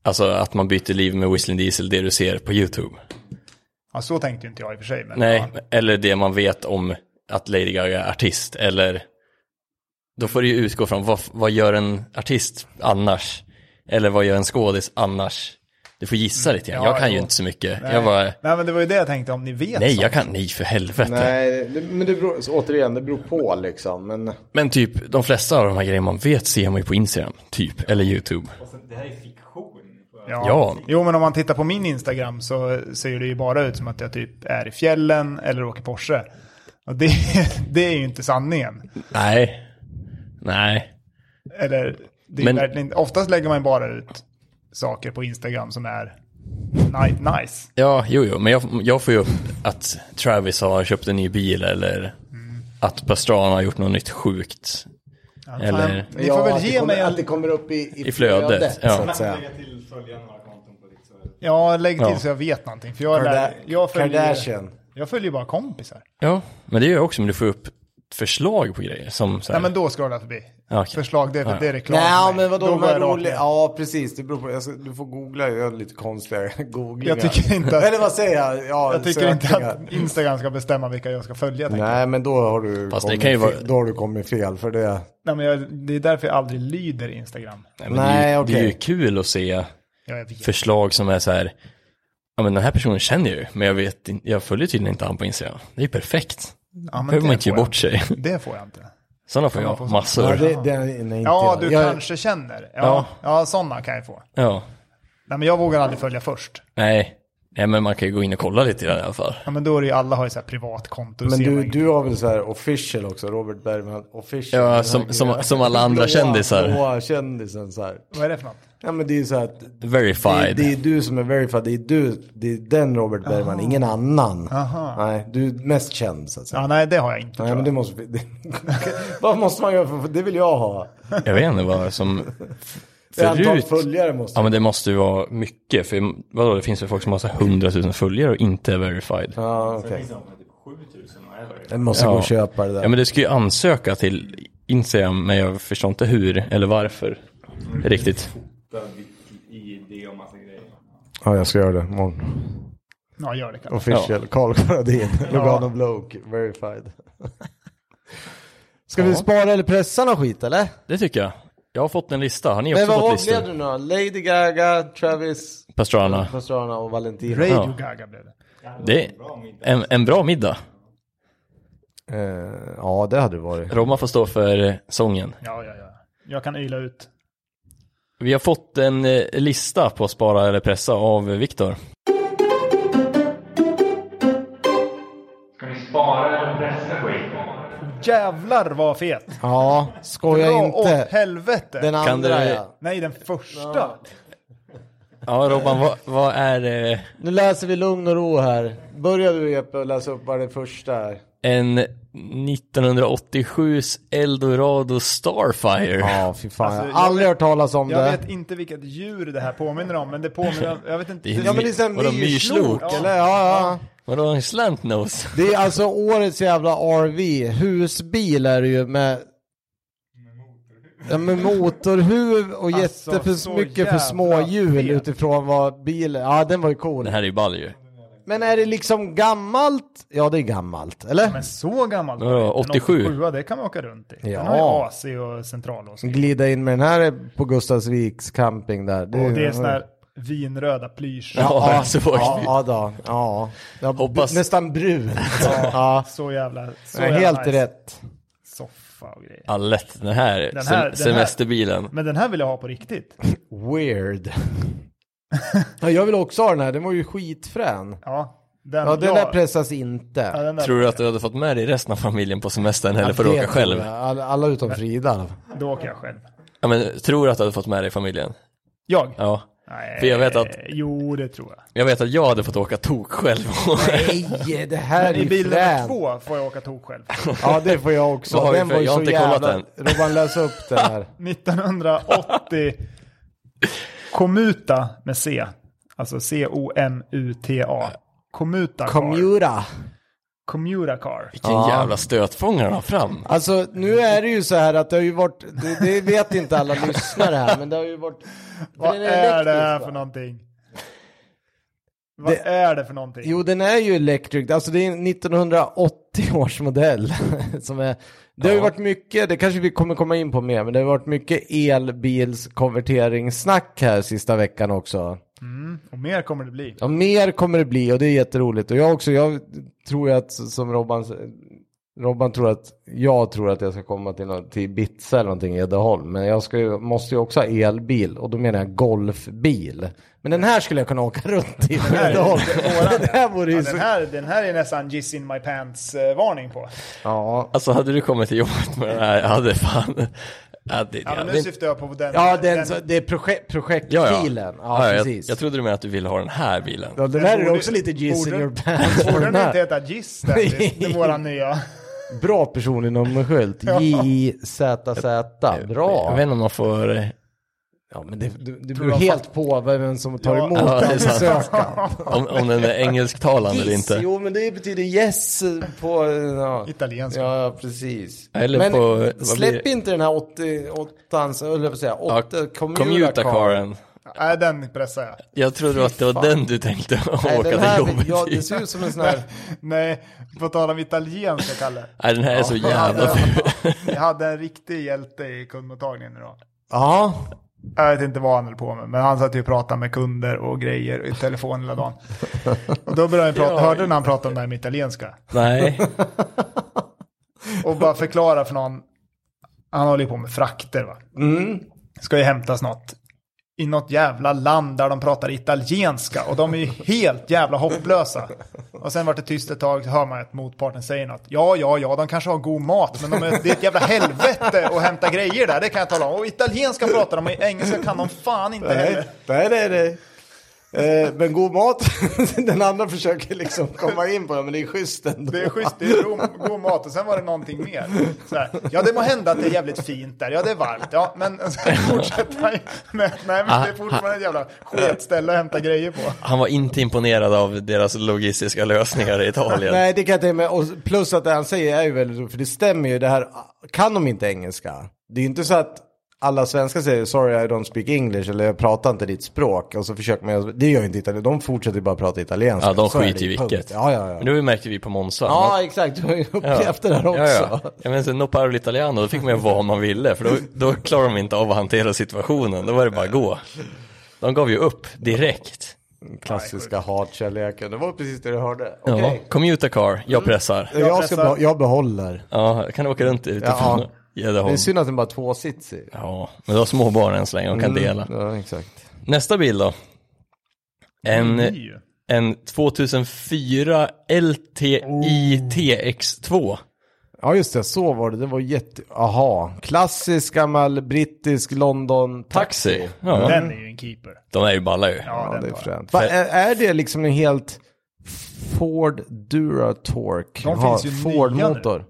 Speaker 2: alltså att man byter liv med Whistling Diesel, det du ser på YouTube.
Speaker 3: Ja, så tänkte ju inte jag i och för sig. Men,
Speaker 2: Nej,
Speaker 3: Ja.
Speaker 2: eller det man vet om att Lady Gaga är artist, eller då får du ju utgå från vad, vad gör en artist annars? Eller vad gör en skådis annars? Du får gissa lite grann.
Speaker 3: Mm. Ja,
Speaker 2: jag kan ju
Speaker 3: jo.
Speaker 2: inte så mycket.
Speaker 3: Nej.
Speaker 2: Jag bara,
Speaker 3: Nej men det var ju det jag tänkte om ni vet.
Speaker 2: nej
Speaker 3: så.
Speaker 2: jag kan, nej för helvete.
Speaker 1: Nej, det, men det beror, så återigen, det beror på liksom. Men
Speaker 2: Men typ de flesta av de här grejerna man vet ser man ju på Instagram, typ, eller YouTube.
Speaker 4: Och sen, det här är fiktion. För
Speaker 3: Ja.
Speaker 2: Ja.
Speaker 3: Jo men om man tittar på min Instagram så ser det ju bara ut som att jag typ är i fjällen eller åker Porsche. Och det, det är ju inte sanningen.
Speaker 2: Nej, nej.
Speaker 3: Eller, det
Speaker 2: Men-
Speaker 3: är men... verkligen, inte- oftast lägger man ju bara ut saker på Instagram som är ni- nice.
Speaker 2: Ja, jo, jo, men jag, jag får ju upp att Travis har köpt en ny bil eller att Pastrana har gjort något nytt sjukt. Eller-
Speaker 3: Fan, Ni får väl
Speaker 1: att det
Speaker 3: ge
Speaker 1: kommer,
Speaker 3: mig
Speaker 1: att det
Speaker 3: en...
Speaker 1: kommer upp i, i,
Speaker 2: I flödet, ja.
Speaker 1: så att
Speaker 4: Man
Speaker 1: säga.
Speaker 4: lägga till följa några konton på ditt så
Speaker 3: Ja, lägg till
Speaker 2: Ja.
Speaker 3: så jag vet någonting. För jag,
Speaker 1: Karda-
Speaker 3: lär, jag, följer,
Speaker 1: Kardashian.
Speaker 3: jag följer ju bara kompisar.
Speaker 2: Ja, men det gör jag också, men du får upp förslag på grejer som så här,
Speaker 3: Nej men då scrollar jag förbi.
Speaker 2: Ja, okej.
Speaker 3: Förslag, det, är-
Speaker 2: Ja.
Speaker 3: det är reklam. för
Speaker 1: Nej,
Speaker 3: mig.
Speaker 1: men vadå, de
Speaker 3: går
Speaker 1: här
Speaker 3: jag rakt
Speaker 1: roliga...
Speaker 3: ner.
Speaker 1: Ja, precis. Det beror på, jag ska, du får googla, jag gör lite konstiga googlingar.
Speaker 3: Jag tycker inte att-
Speaker 1: Eller vad säger jag? Ja,
Speaker 3: Jag tycker inte
Speaker 1: sökningar.
Speaker 3: att Instagram ska bestämma vilka jag ska följa. tänker jag.
Speaker 1: Nej, men då har du,
Speaker 2: Fast det
Speaker 1: kommit,
Speaker 2: kan ju
Speaker 1: fel,
Speaker 2: vara-
Speaker 1: då har du kommit fel. För det...
Speaker 3: Nej, men jag, det är därför jag aldrig lyder Instagram.
Speaker 2: nej, men det, är,
Speaker 1: nej,
Speaker 2: ju-
Speaker 1: okej.
Speaker 2: det är ju kul att se
Speaker 3: Ja, jag vet.
Speaker 2: förslag som är så här, ja men den här personen känner jag ju, men jag vet in- jag följer tydligen inte han på Instagram. Det är ju perfekt.
Speaker 3: Ja, men
Speaker 2: behöver man
Speaker 3: det
Speaker 2: inte ge
Speaker 3: får jag
Speaker 2: bort sig.
Speaker 3: inte. Det får jag inte.
Speaker 2: Sådana får
Speaker 3: Ja, man
Speaker 2: jag
Speaker 3: får-
Speaker 1: Ja,
Speaker 2: massor.
Speaker 1: det, det nej, inte
Speaker 3: Ja, du
Speaker 1: jag. Jag-
Speaker 3: kanske känner. Ja,
Speaker 2: Ja.
Speaker 3: ja. sådana kan jag få.
Speaker 2: Ja,
Speaker 3: Nej, men jag vågar aldrig följa först.
Speaker 2: nej. Nej, men man kan ju gå in och kolla lite i alla fall.
Speaker 3: Ja, men då är det ju alla har ju så här privatkonto.
Speaker 1: Men
Speaker 3: ser
Speaker 1: du,
Speaker 3: man ju.
Speaker 1: du har väl så här official också, Robert Bergman official.
Speaker 2: Ja,
Speaker 1: Den här
Speaker 2: som-
Speaker 1: grejen.
Speaker 2: som- som alla andra
Speaker 1: Blåa-
Speaker 2: kändisar.
Speaker 1: Blåa kändisen så här.
Speaker 3: Vad är det för något?
Speaker 1: Ja men det är ju så här att det,
Speaker 2: Verified.
Speaker 1: det är du som är verified, det är du, det är den Robert Bergman, ingen annan.
Speaker 3: Aha.
Speaker 1: Nej, du är mest känd så att säga.
Speaker 3: Ja, nej, det har jag inte.
Speaker 1: Nej men det måste, det, vad måste man göra för, det vill jag ha.
Speaker 2: Jag vet inte vad som...
Speaker 1: Det är antal
Speaker 2: Förut,
Speaker 1: följare måste
Speaker 2: ja men det måste ju vara mycket, för vadå, det finns ju folk som har så här 100 000 följare och inte är verified.
Speaker 1: Ja okej.
Speaker 4: Det
Speaker 3: liksom-
Speaker 4: finns någon med typ 7000 och är
Speaker 1: Jag måste gå och köpa det där.
Speaker 2: Ja men du ska ju ansöka till Instagram men jag förstår inte hur eller varför riktigt.
Speaker 4: i det och massa grejer.
Speaker 1: Ja jag ska göra det imorgon.
Speaker 3: Ja, gör det kanske.
Speaker 1: Official, Carl Corradin, Lugano Bloke, verified. Ska vi spara eller pressa någon skit eller?
Speaker 2: Det tycker jag. Jag har fått en lista, har ni också
Speaker 1: Men vad vad
Speaker 2: fått
Speaker 1: blev
Speaker 2: listor? Ah.
Speaker 1: det nu då? Lady Gaga, Travis
Speaker 2: Pastrana.
Speaker 1: Pastrana och Valentino.
Speaker 3: Radio
Speaker 2: Ja.
Speaker 3: Gaga blev det.
Speaker 2: Det är en, en bra middag.
Speaker 1: Eh, ja, det hade det varit.
Speaker 2: Roma får stå för eh, sången.
Speaker 3: Ja, ja, ja. Jag kan yla ut.
Speaker 2: Vi har fått en eh, lista på Spara eller Pressa av eh, Viktor.
Speaker 4: Ska ni spara eller pressa skiten?
Speaker 3: Jävlar vad fet!
Speaker 1: Ja, skoja
Speaker 3: Dra åt
Speaker 1: inte.
Speaker 3: helvete!
Speaker 1: Den andra
Speaker 2: Kan du-
Speaker 1: ja.
Speaker 3: Nej, den första.
Speaker 2: Ja Robban, vad, vad är eh,
Speaker 1: Nu läser vi lugn och ro här. Börjar du Jeppe och läsa upp vad det första är?
Speaker 2: en 1987s Eldorado Starfire?
Speaker 1: Ja, fy fan.
Speaker 3: Alltså,
Speaker 1: jag
Speaker 3: jag
Speaker 1: har aldrig hört talas om
Speaker 3: Jag
Speaker 1: det.
Speaker 3: vet inte vilket djur det här påminner om, men det påminner om... Jag vet inte.
Speaker 2: Det är-
Speaker 1: Ja, men det är sån
Speaker 2: Vadå, myrslok,
Speaker 1: myrslok, eller? Ja, ja.
Speaker 2: Vadå en slant nose?
Speaker 1: Det är alltså årets jävla RV. Husbil är det ju med... Ja, med motorhuv och
Speaker 3: Alltså,
Speaker 1: jätteför
Speaker 3: så
Speaker 1: mycket för små
Speaker 3: jävla
Speaker 1: hjul
Speaker 3: fet.
Speaker 1: utifrån vad bilen... Ja, den var ju
Speaker 2: Det
Speaker 1: cool.
Speaker 2: här är ju ball ju.
Speaker 1: Men är det liksom gammalt? Ja, det är gammalt, eller?
Speaker 3: Men så gammal
Speaker 2: Ja,
Speaker 3: den. En
Speaker 2: 87.
Speaker 3: 87 det kan man åka runt i.
Speaker 1: Ja.
Speaker 3: Den har ju AC och centrallås. Och
Speaker 1: glida in med den här på Gustavsviks camping där.
Speaker 3: det är sådana här vinröda plysch.
Speaker 2: Ja, jag såg
Speaker 1: Ja,
Speaker 2: det.
Speaker 1: ja, då. ja. ja
Speaker 2: Hoppas-
Speaker 1: Hoppas. Nästan brunt. Ja,
Speaker 3: Så jävla... Så
Speaker 1: ja
Speaker 3: jävla
Speaker 1: helt
Speaker 3: nice.
Speaker 1: rätt.
Speaker 3: Soft. soffa och grejer.
Speaker 2: Ja, lätt den här,
Speaker 3: Den här-
Speaker 2: sem-
Speaker 3: den här-
Speaker 2: semesterbilen.
Speaker 3: Men den här vill jag ha på riktigt.
Speaker 1: Weird. ja, jag vill också ha den här, den var ju skitfrän.
Speaker 3: Ja, den,
Speaker 1: Ja, den
Speaker 3: jag-
Speaker 1: där pressas
Speaker 3: ja,
Speaker 1: inte.
Speaker 3: den där,
Speaker 2: Tror du att du hade fått med dig resten av familjen på semestern eller
Speaker 1: Ja,
Speaker 2: får
Speaker 1: det
Speaker 2: du åka
Speaker 1: tror jag.
Speaker 2: själv?
Speaker 1: Alla, alla utom Frida.
Speaker 3: Då åker jag själv.
Speaker 2: Ja, men, tror du att du hade fått med dig familjen?
Speaker 3: Jag?
Speaker 2: Ja.
Speaker 3: Nej,
Speaker 2: För jag vet att-
Speaker 3: Jo, det tror jag.
Speaker 2: Jag vet att jag hade fått åka tok själv.
Speaker 1: Nej, det här
Speaker 3: I
Speaker 1: är
Speaker 3: bil nummer
Speaker 1: fränt.
Speaker 3: två får jag åka tok själv.
Speaker 1: Ja, det får jag också.
Speaker 2: Vad har vi
Speaker 1: den
Speaker 2: för-
Speaker 1: var ju
Speaker 2: jag har
Speaker 1: så
Speaker 2: inte kollat
Speaker 1: jävla... Robban, läs upp den här.
Speaker 3: 1980 Commuta med C. Alltså C-O-M-U-T-A. Commuta car.
Speaker 1: Commuta.
Speaker 3: Commuta car.
Speaker 2: Vilken jävla stötfångare han har fram.
Speaker 1: Alltså nu är det ju så här att det har ju varit, det, det vet inte alla lyssnare här, men det har ju varit...
Speaker 3: Vad
Speaker 1: Den
Speaker 3: är det
Speaker 1: elektrisk,
Speaker 3: här
Speaker 1: va?
Speaker 3: för någonting? Vad är det för någonting?
Speaker 1: Jo, den är ju Electric. Alltså det är en 1980 års modell. Som är, det har ju varit mycket, det kanske vi kommer komma in på mer, men det har varit mycket elbilskonverteringssnack här sista veckan också.
Speaker 3: Och mer kommer det bli.
Speaker 1: Ja, mer kommer det bli och det är jätteroligt. Och jag också, jag tror ju att som Robban, Robban tror att, jag tror att jag ska komma till, nå- till Bitsa eller någonting i Eddaholm. Men jag ska ju, måste ju också ha elbil och då menar jag golfbil. Men den här skulle jag kunna åka runt i i
Speaker 3: här är
Speaker 1: Eddaholm.
Speaker 3: inte våran.
Speaker 1: Den här vore ju
Speaker 3: Ja,
Speaker 1: så...
Speaker 3: den, här, den här är nästan jizz in my pants-varning på.
Speaker 1: Ja.
Speaker 2: Alltså hade du kommit till jobbet med den här, jag hade fan... Ja, det,
Speaker 3: Ja,
Speaker 2: jag
Speaker 3: men nu
Speaker 2: vet-
Speaker 3: syftar jag på den.
Speaker 1: Ja, den, så, det är projekt,
Speaker 2: ja, ja.
Speaker 1: projektbilen. Ja,
Speaker 2: Ja, jag,
Speaker 1: precis.
Speaker 2: jag trodde du menade att du ville ha den här bilen.
Speaker 1: ja, den
Speaker 3: Den
Speaker 1: här är
Speaker 3: borde-
Speaker 1: också lite jizz in
Speaker 3: borde-
Speaker 1: your pants.
Speaker 3: Borde den
Speaker 1: här.
Speaker 3: inte heta jizz den? den våran nya.
Speaker 1: Bra person i nummerskylt. JZZ. Bra.
Speaker 2: Jag vet inte om man får... eh,
Speaker 1: Ja, men det, det, det
Speaker 3: jag
Speaker 1: beror helt på vem som tar
Speaker 3: Ja.
Speaker 1: emot
Speaker 2: Ja, det är
Speaker 1: den Alltså,
Speaker 2: sant.
Speaker 1: ansökan.
Speaker 2: Om, om den är engelsktalande eller
Speaker 1: Yes,
Speaker 2: inte.
Speaker 1: jo men det betyder yes på... Ja,
Speaker 3: Italienska.
Speaker 1: ja ja, precis.
Speaker 2: Eller
Speaker 1: men
Speaker 2: på- vad blir
Speaker 1: släpp
Speaker 2: det?
Speaker 1: inte den här 88ans, eller vad säger jag,
Speaker 2: Ja,
Speaker 1: 8 commuta-karen.
Speaker 2: Commuta-karen.
Speaker 3: Nej, den pressar jag.
Speaker 2: Jag trodde att det var den du tänkte
Speaker 1: Nej,
Speaker 2: åka
Speaker 1: den
Speaker 2: till
Speaker 1: här,
Speaker 2: jobbet
Speaker 1: ja,
Speaker 2: i.
Speaker 1: det ser ut som en sån här...
Speaker 3: Nej, på tal om italienska, Kalle.
Speaker 2: Nej, den här är så jävla ful.
Speaker 3: Jag hade en riktig hjälte i kundmottagningen idag.
Speaker 1: Ja,
Speaker 3: Jag vet inte vad han höll på med, men han satt ju och pratade med kunder och grejer i telefon hela dagen. Och då började han prata, hörde du när han pratade om det här med italienska?
Speaker 2: Nej,
Speaker 3: Och bara förklara för någon, han håller ju på med frakter va?
Speaker 2: Mm.
Speaker 3: Ska ju hämtas något i något jävla land där de pratar italienska och de är ju helt jävla hopplösa. Och sen vart det tyst ett tag så hör man att motparten säger något. Ja, ja, ja, de kanske har god mat, men de är, det är ett jävla helvete att hämta grejer där, det kan jag tala om. Och italienska pratar de och engelska kan de fan inte heller.
Speaker 1: nej, nej. nej. Eh, men god mat, den andra försöker liksom komma in på det, men det är schysst ändå.
Speaker 3: Det är schysst, det är rom, god mat och sen var det någonting mer. Så här, ja, det må hända att det är jävligt fint där, ja det är varmt, ja men så här, fortsätter han ju med, nej men det är fortfarande ett jävla sketställe att hämta grejer på.
Speaker 2: han var inte imponerad av deras logistiska lösningar i Italien.
Speaker 1: Nej, det kan jag tänka mig. Och plus att det han säger är ju väldigt roligt, för det stämmer ju. Det här kan de inte engelska. Det är ju inte så att alla svenskar säger sorry I don't speak English eller jag pratar inte ditt språk. Och så försöker man, det gör ju inte italienska. De fortsätter ju bara prata italienska.
Speaker 2: Ja, de
Speaker 1: Så är det
Speaker 2: skiter i
Speaker 1: punkt.
Speaker 2: vilket.
Speaker 1: Ja, ja,
Speaker 2: Men
Speaker 1: ja.
Speaker 2: det märkte vi på Monza.
Speaker 1: Ja, exakt. Du har ju upplevt det där också.
Speaker 2: Ja, ja. Jag menar, så no parlo italiano, då fick man ju vad man ville, för då, då klarade de inte av att hantera situationen, då var det bara att gå. De gav ju upp direkt.
Speaker 1: Klassiska hatkärleken. Det var precis det du hörde.
Speaker 2: Ja,
Speaker 1: Okej. Mm.
Speaker 2: commuter car, jag pressar.
Speaker 1: Jag, ska
Speaker 3: pressar.
Speaker 1: be- jag behåller.
Speaker 2: Ja, jag kan åka runt utifrån
Speaker 1: Ja. Det
Speaker 2: Gäddaholm.
Speaker 1: är synd att den bara är tvåsitsig.
Speaker 2: Ja, men de har små barn än så länge, de kan
Speaker 1: Mm.
Speaker 2: dela.
Speaker 1: Ja, exakt.
Speaker 2: Nästa bild då. En,
Speaker 3: Ny.
Speaker 2: en 2004 LTI TX2.
Speaker 1: Ja just det, så var det. Det var jätte... Aha. Klassisk gammal brittisk London
Speaker 2: Taxi.
Speaker 1: Mm.
Speaker 2: Ja,
Speaker 3: Den är ju en keeper.
Speaker 2: de är ju balla ju.
Speaker 3: Ja,
Speaker 1: Ja,
Speaker 3: den
Speaker 1: det är
Speaker 3: tar jag.
Speaker 1: fränt. Va, är, är det liksom en helt Ford Duratorque?
Speaker 3: De
Speaker 1: Jaha,
Speaker 3: finns ju
Speaker 1: Ford
Speaker 3: nya nu.
Speaker 1: motor.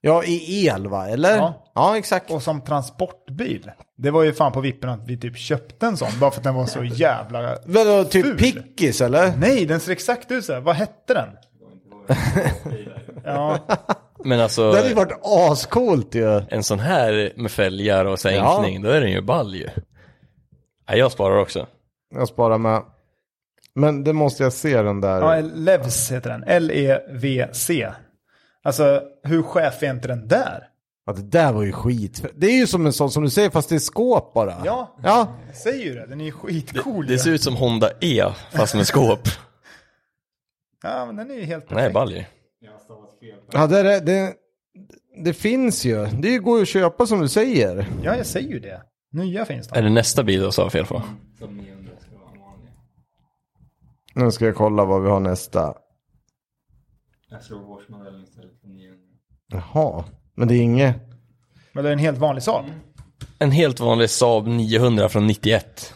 Speaker 1: Ja, i el va, eller?
Speaker 3: Ja.
Speaker 1: Ja, exakt.
Speaker 3: Och som transportbil, det var ju fan på vippen att vi typ köpte en sån, bara för att den var så jävla...
Speaker 1: Men då,
Speaker 3: Ful.
Speaker 1: typ pickis eller?
Speaker 3: Nej, den ser exakt ut så här. vad hette den? Ja,
Speaker 2: Men
Speaker 1: Det
Speaker 2: alltså,
Speaker 1: hade ju varit ascoolt ju.
Speaker 2: en sån här med fälgar och
Speaker 1: Ja.
Speaker 2: sänkning, då är den ju ball ju. Ja, jag sparar också.
Speaker 1: Jag sparar med. Men det måste jag se den där.
Speaker 3: ja Levs heter den, L-E-V-C. Alltså, hur chef är inte den där?
Speaker 1: Ja, det där var ju skit. Det är ju som en sån som du säger fast det är skåp bara.
Speaker 3: Ja.
Speaker 1: ja.
Speaker 3: Jag säger ju det, den är ju skitcool.
Speaker 2: Det ser
Speaker 3: ju.
Speaker 2: ut som Honda E, fast med skåp.
Speaker 3: Ja, men den är ju helt
Speaker 2: Nej,
Speaker 3: perfekt.
Speaker 2: ball ju.
Speaker 4: Jag har stavat fel.
Speaker 1: Ja, det är det. det finns ju. Det går ju att köpa som du säger.
Speaker 3: Ja, jag säger ju det. Nya finns
Speaker 2: Är
Speaker 3: det.
Speaker 2: det nästa bil jag sa fel på?
Speaker 4: Som 900 ska vara en vanlig.
Speaker 1: Nu ska jag kolla vad vi har nästa.
Speaker 4: Jag slog årsmodellen istället för 900.
Speaker 1: Jaha, men det är inget.
Speaker 3: Men det är en helt vanlig Saab.
Speaker 2: En helt vanlig Saab 900 från 91.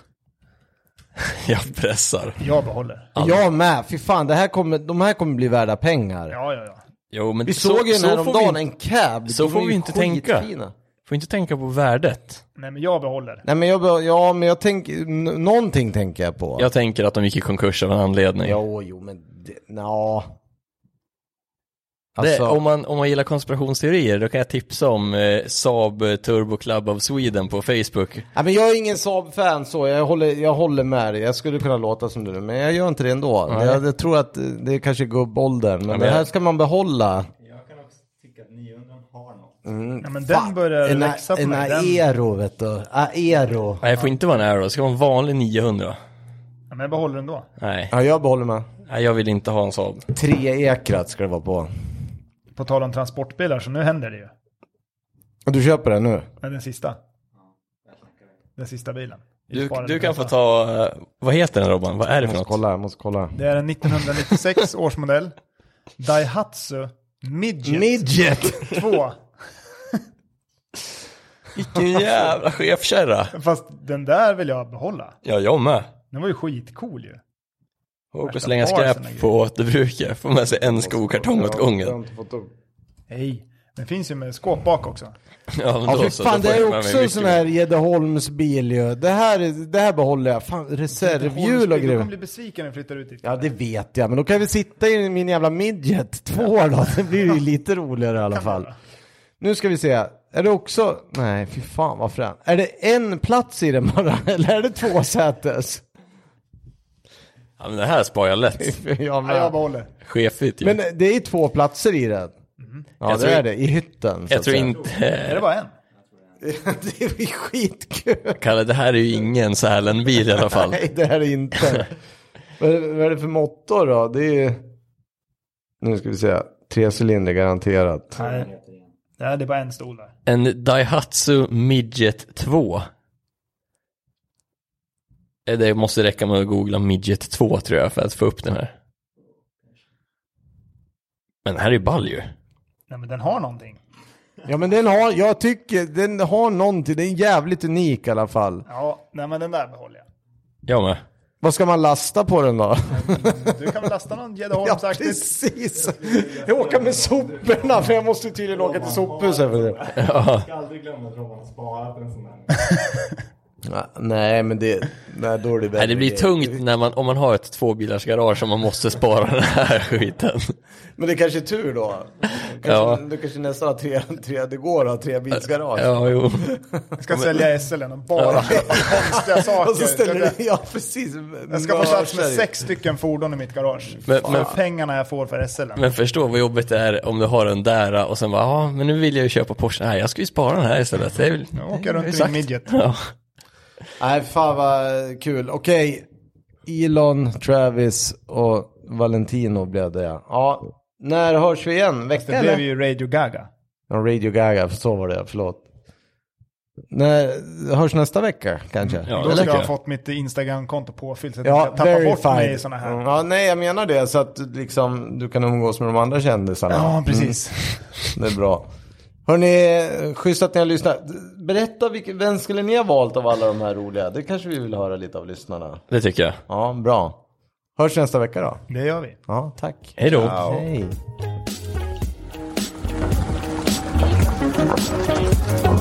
Speaker 2: Jag pressar.
Speaker 3: Jag behåller.
Speaker 1: Jag med, fy fan, det här kommer, de här kommer bli värda pengar.
Speaker 3: Ja, ja, ja.
Speaker 2: Jo, men
Speaker 1: Vi såg ju den
Speaker 2: så får vi
Speaker 1: häromdagen,
Speaker 2: inte-
Speaker 1: en cab.
Speaker 2: så
Speaker 1: De
Speaker 2: får
Speaker 1: är
Speaker 2: vi
Speaker 1: ju
Speaker 2: inte tänka.
Speaker 1: skitfina.
Speaker 2: Får inte tänka på värdet.
Speaker 3: Nej, men jag behåller.
Speaker 1: Nej men jag, bör- ja men jag tänker, n- någonting tänker jag på.
Speaker 2: Jag tänker att de gick i konkurs av en anledning.
Speaker 1: Jo, jo men, det- nja.
Speaker 2: det,
Speaker 1: Alltså,
Speaker 2: om, man, om man gillar konspirationsteorier, då kan jag tipsa om eh, Saab Turbo Club of Sweden på Facebook.
Speaker 1: nej, men jag är ingen Saab-fan så, jag håller, jag håller med dig. Jag skulle kunna låta som du, men jag gör inte det ändå.
Speaker 2: Nej.
Speaker 1: Jag, jag tror att eh, det är kanske gubbåldern, men
Speaker 2: men-
Speaker 1: det här ska man behålla.
Speaker 4: Jag kan också tycka att 900 har något.
Speaker 3: Ja, men
Speaker 1: Fan,
Speaker 3: den börjar
Speaker 1: en,
Speaker 3: växa på
Speaker 1: en
Speaker 3: mig. Den,
Speaker 1: Aero vet du, Aero.
Speaker 2: Nej, det får inte vara en Aero, det ska vara en vanlig 900.
Speaker 3: ja, men jag behåller den då.
Speaker 2: Nej,
Speaker 1: Ja jag behåller med.
Speaker 2: nej jag vill inte ha en Saab.
Speaker 1: Tre ekrat ska det vara på.
Speaker 3: På tal om transportbilar, så nu händer det ju.
Speaker 1: Och du köper den nu?
Speaker 3: Nej, den sista. Den sista bilen. Vi
Speaker 2: Du,
Speaker 3: sparar
Speaker 2: du
Speaker 3: den
Speaker 2: kan få
Speaker 3: nästa.
Speaker 2: ta, eh, vad heter den Robban? Vad är det
Speaker 1: Jag måste
Speaker 2: för något?
Speaker 1: kolla, jag måste kolla.
Speaker 3: Det är en 1996 årsmodell. Daihatsu Midget
Speaker 1: Midget!
Speaker 3: 2.
Speaker 2: Vilken jävla chefkärra.
Speaker 3: Fast den där vill jag behålla.
Speaker 2: Ja, jag med.
Speaker 3: Den var ju skitcool ju.
Speaker 2: Och
Speaker 3: Värsta
Speaker 2: slänga
Speaker 3: barsen är
Speaker 2: skräp
Speaker 3: grej.
Speaker 2: på återbruket. Får med sig en skokartong åt
Speaker 1: Jag har
Speaker 2: gången.
Speaker 1: inte fått upp.
Speaker 3: Nej, den finns ju med skåp bak också.
Speaker 2: Ja, men
Speaker 1: Ja,
Speaker 2: då
Speaker 1: fy
Speaker 2: så,
Speaker 1: fan,
Speaker 2: då får
Speaker 1: det
Speaker 2: jag
Speaker 1: är
Speaker 2: med mig
Speaker 1: också en
Speaker 2: mycket
Speaker 1: sån här Gäddeholmsbil ju. Det här, är- det här behåller jag. Fan, reservhjul och
Speaker 3: Du kommer
Speaker 1: grejer.
Speaker 3: bli besviken när du flyttar ut dit.
Speaker 1: Ja, det vet jag, men då kan vi sitta i min jävla midget två då. Det blir ju lite roligare i alla fall. Nu ska vi se. Är det också... Nej, fy fan vad frän. Är det en plats i den bara? Eller är det två sätes?
Speaker 2: bil. Ja, men det här sparar jag lätt.
Speaker 1: Jag
Speaker 3: Ja, jag
Speaker 1: med.
Speaker 3: behåller.
Speaker 2: Chefigt ju.
Speaker 1: Mm. Men det är ju två platser i den. Ja,
Speaker 2: Jag
Speaker 1: det
Speaker 2: tror-
Speaker 1: är det. I hytten. så
Speaker 2: jag
Speaker 1: att
Speaker 2: tror
Speaker 1: säga.
Speaker 3: Är det
Speaker 2: inte... eh,
Speaker 3: bara en?
Speaker 1: det är ju skitkul.
Speaker 2: Kalle, det här är ju ingen Sälenbil i alla fall.
Speaker 1: Nej, det här är inte. vad, är, vad är det för motor då? Det är ju... Nu ska vi se. Trecylindrig garanterat.
Speaker 3: Nej.
Speaker 4: heter igen.
Speaker 3: Nej, det är bara en stol där.
Speaker 2: En Daihatsu Midget 2. Eh, Det måste räcka med att googla Midget 2 tror jag för att få upp den här. Men den här är ju ball ju.
Speaker 3: Nej, men den har någonting.
Speaker 1: Ja men den har, jag tycker den har någonting. Den är jävligt unik i alla fall.
Speaker 3: Ja, nej men den där behåller jag.
Speaker 2: Jag med.
Speaker 1: Vad ska man lasta på den då?
Speaker 3: Du kan väl lasta någon
Speaker 1: Ja
Speaker 3: Gäddeholmsaktigt.
Speaker 1: precis. Jag åker med soporna för jag måste tydligen åka till sophuset för det.
Speaker 2: Ja.
Speaker 4: Jag ska aldrig glömma att Robban har sparat en sån här.
Speaker 1: Nej men det, nej då är det
Speaker 2: Nej, det blir tungt när man, om man har ett tvåbilarsgarage som man måste spara den här skiten.
Speaker 1: Men det kanske är tur då. Kanske,
Speaker 2: Ja.
Speaker 1: Du kanske nästan har tre, tre, det går att ha tre bilsgarage.
Speaker 2: Ja, jo.
Speaker 3: Jag ska sälja SLen och bara köpa konstiga saker.
Speaker 1: Och så ställer du, ja precis.
Speaker 3: Jag ska få plats med sex stycken fordon i mitt garage.
Speaker 2: Men-
Speaker 3: För
Speaker 2: men-
Speaker 3: pengarna jag får för SLen.
Speaker 2: Men förstå vad jobbigt det är om du har en där och sen bara, ja, men nu vill jag ju köpa Porsche. Nej, jag ska ju spara den här istället. Det är väl,
Speaker 3: Jag åker runt i
Speaker 2: exakt.
Speaker 3: min midget.
Speaker 2: Ja.
Speaker 1: Nej, fan vad kul. Okej, Elon, Travis och Valentino blev det ja. ja. När hörs vi igen? Vecka
Speaker 3: Det
Speaker 1: eller?
Speaker 3: blev ju Radio Gaga.
Speaker 1: Ja, Radio Gaga, för så var det, förlåt. När, hörs nästa vecka kanske?
Speaker 2: Ja,
Speaker 3: Då
Speaker 2: det
Speaker 3: ska jag
Speaker 2: tycker
Speaker 3: ha
Speaker 2: jag.
Speaker 3: fått mitt Instagram-konto påfyllt så att
Speaker 1: Ja,
Speaker 3: jag tappar bort mig i
Speaker 1: verified.
Speaker 3: sådana här.
Speaker 1: Mm, Ja, nej, jag menar det. Så att liksom, du kan umgås med de andra kändisarna. Mm,
Speaker 3: Ja, precis.
Speaker 2: Mm.
Speaker 1: Det är bra. Hörni, schysst att ni har lyssnat. Berätta, vilken, vem skulle ni ha valt av alla de här roliga? Det kanske vi vill höra lite av lyssnarna.
Speaker 2: Det tycker jag.
Speaker 1: Ja, bra. Hörs nästa vecka då.
Speaker 3: Det gör vi.
Speaker 1: Ja, tack.
Speaker 2: Hej då.
Speaker 1: Hej.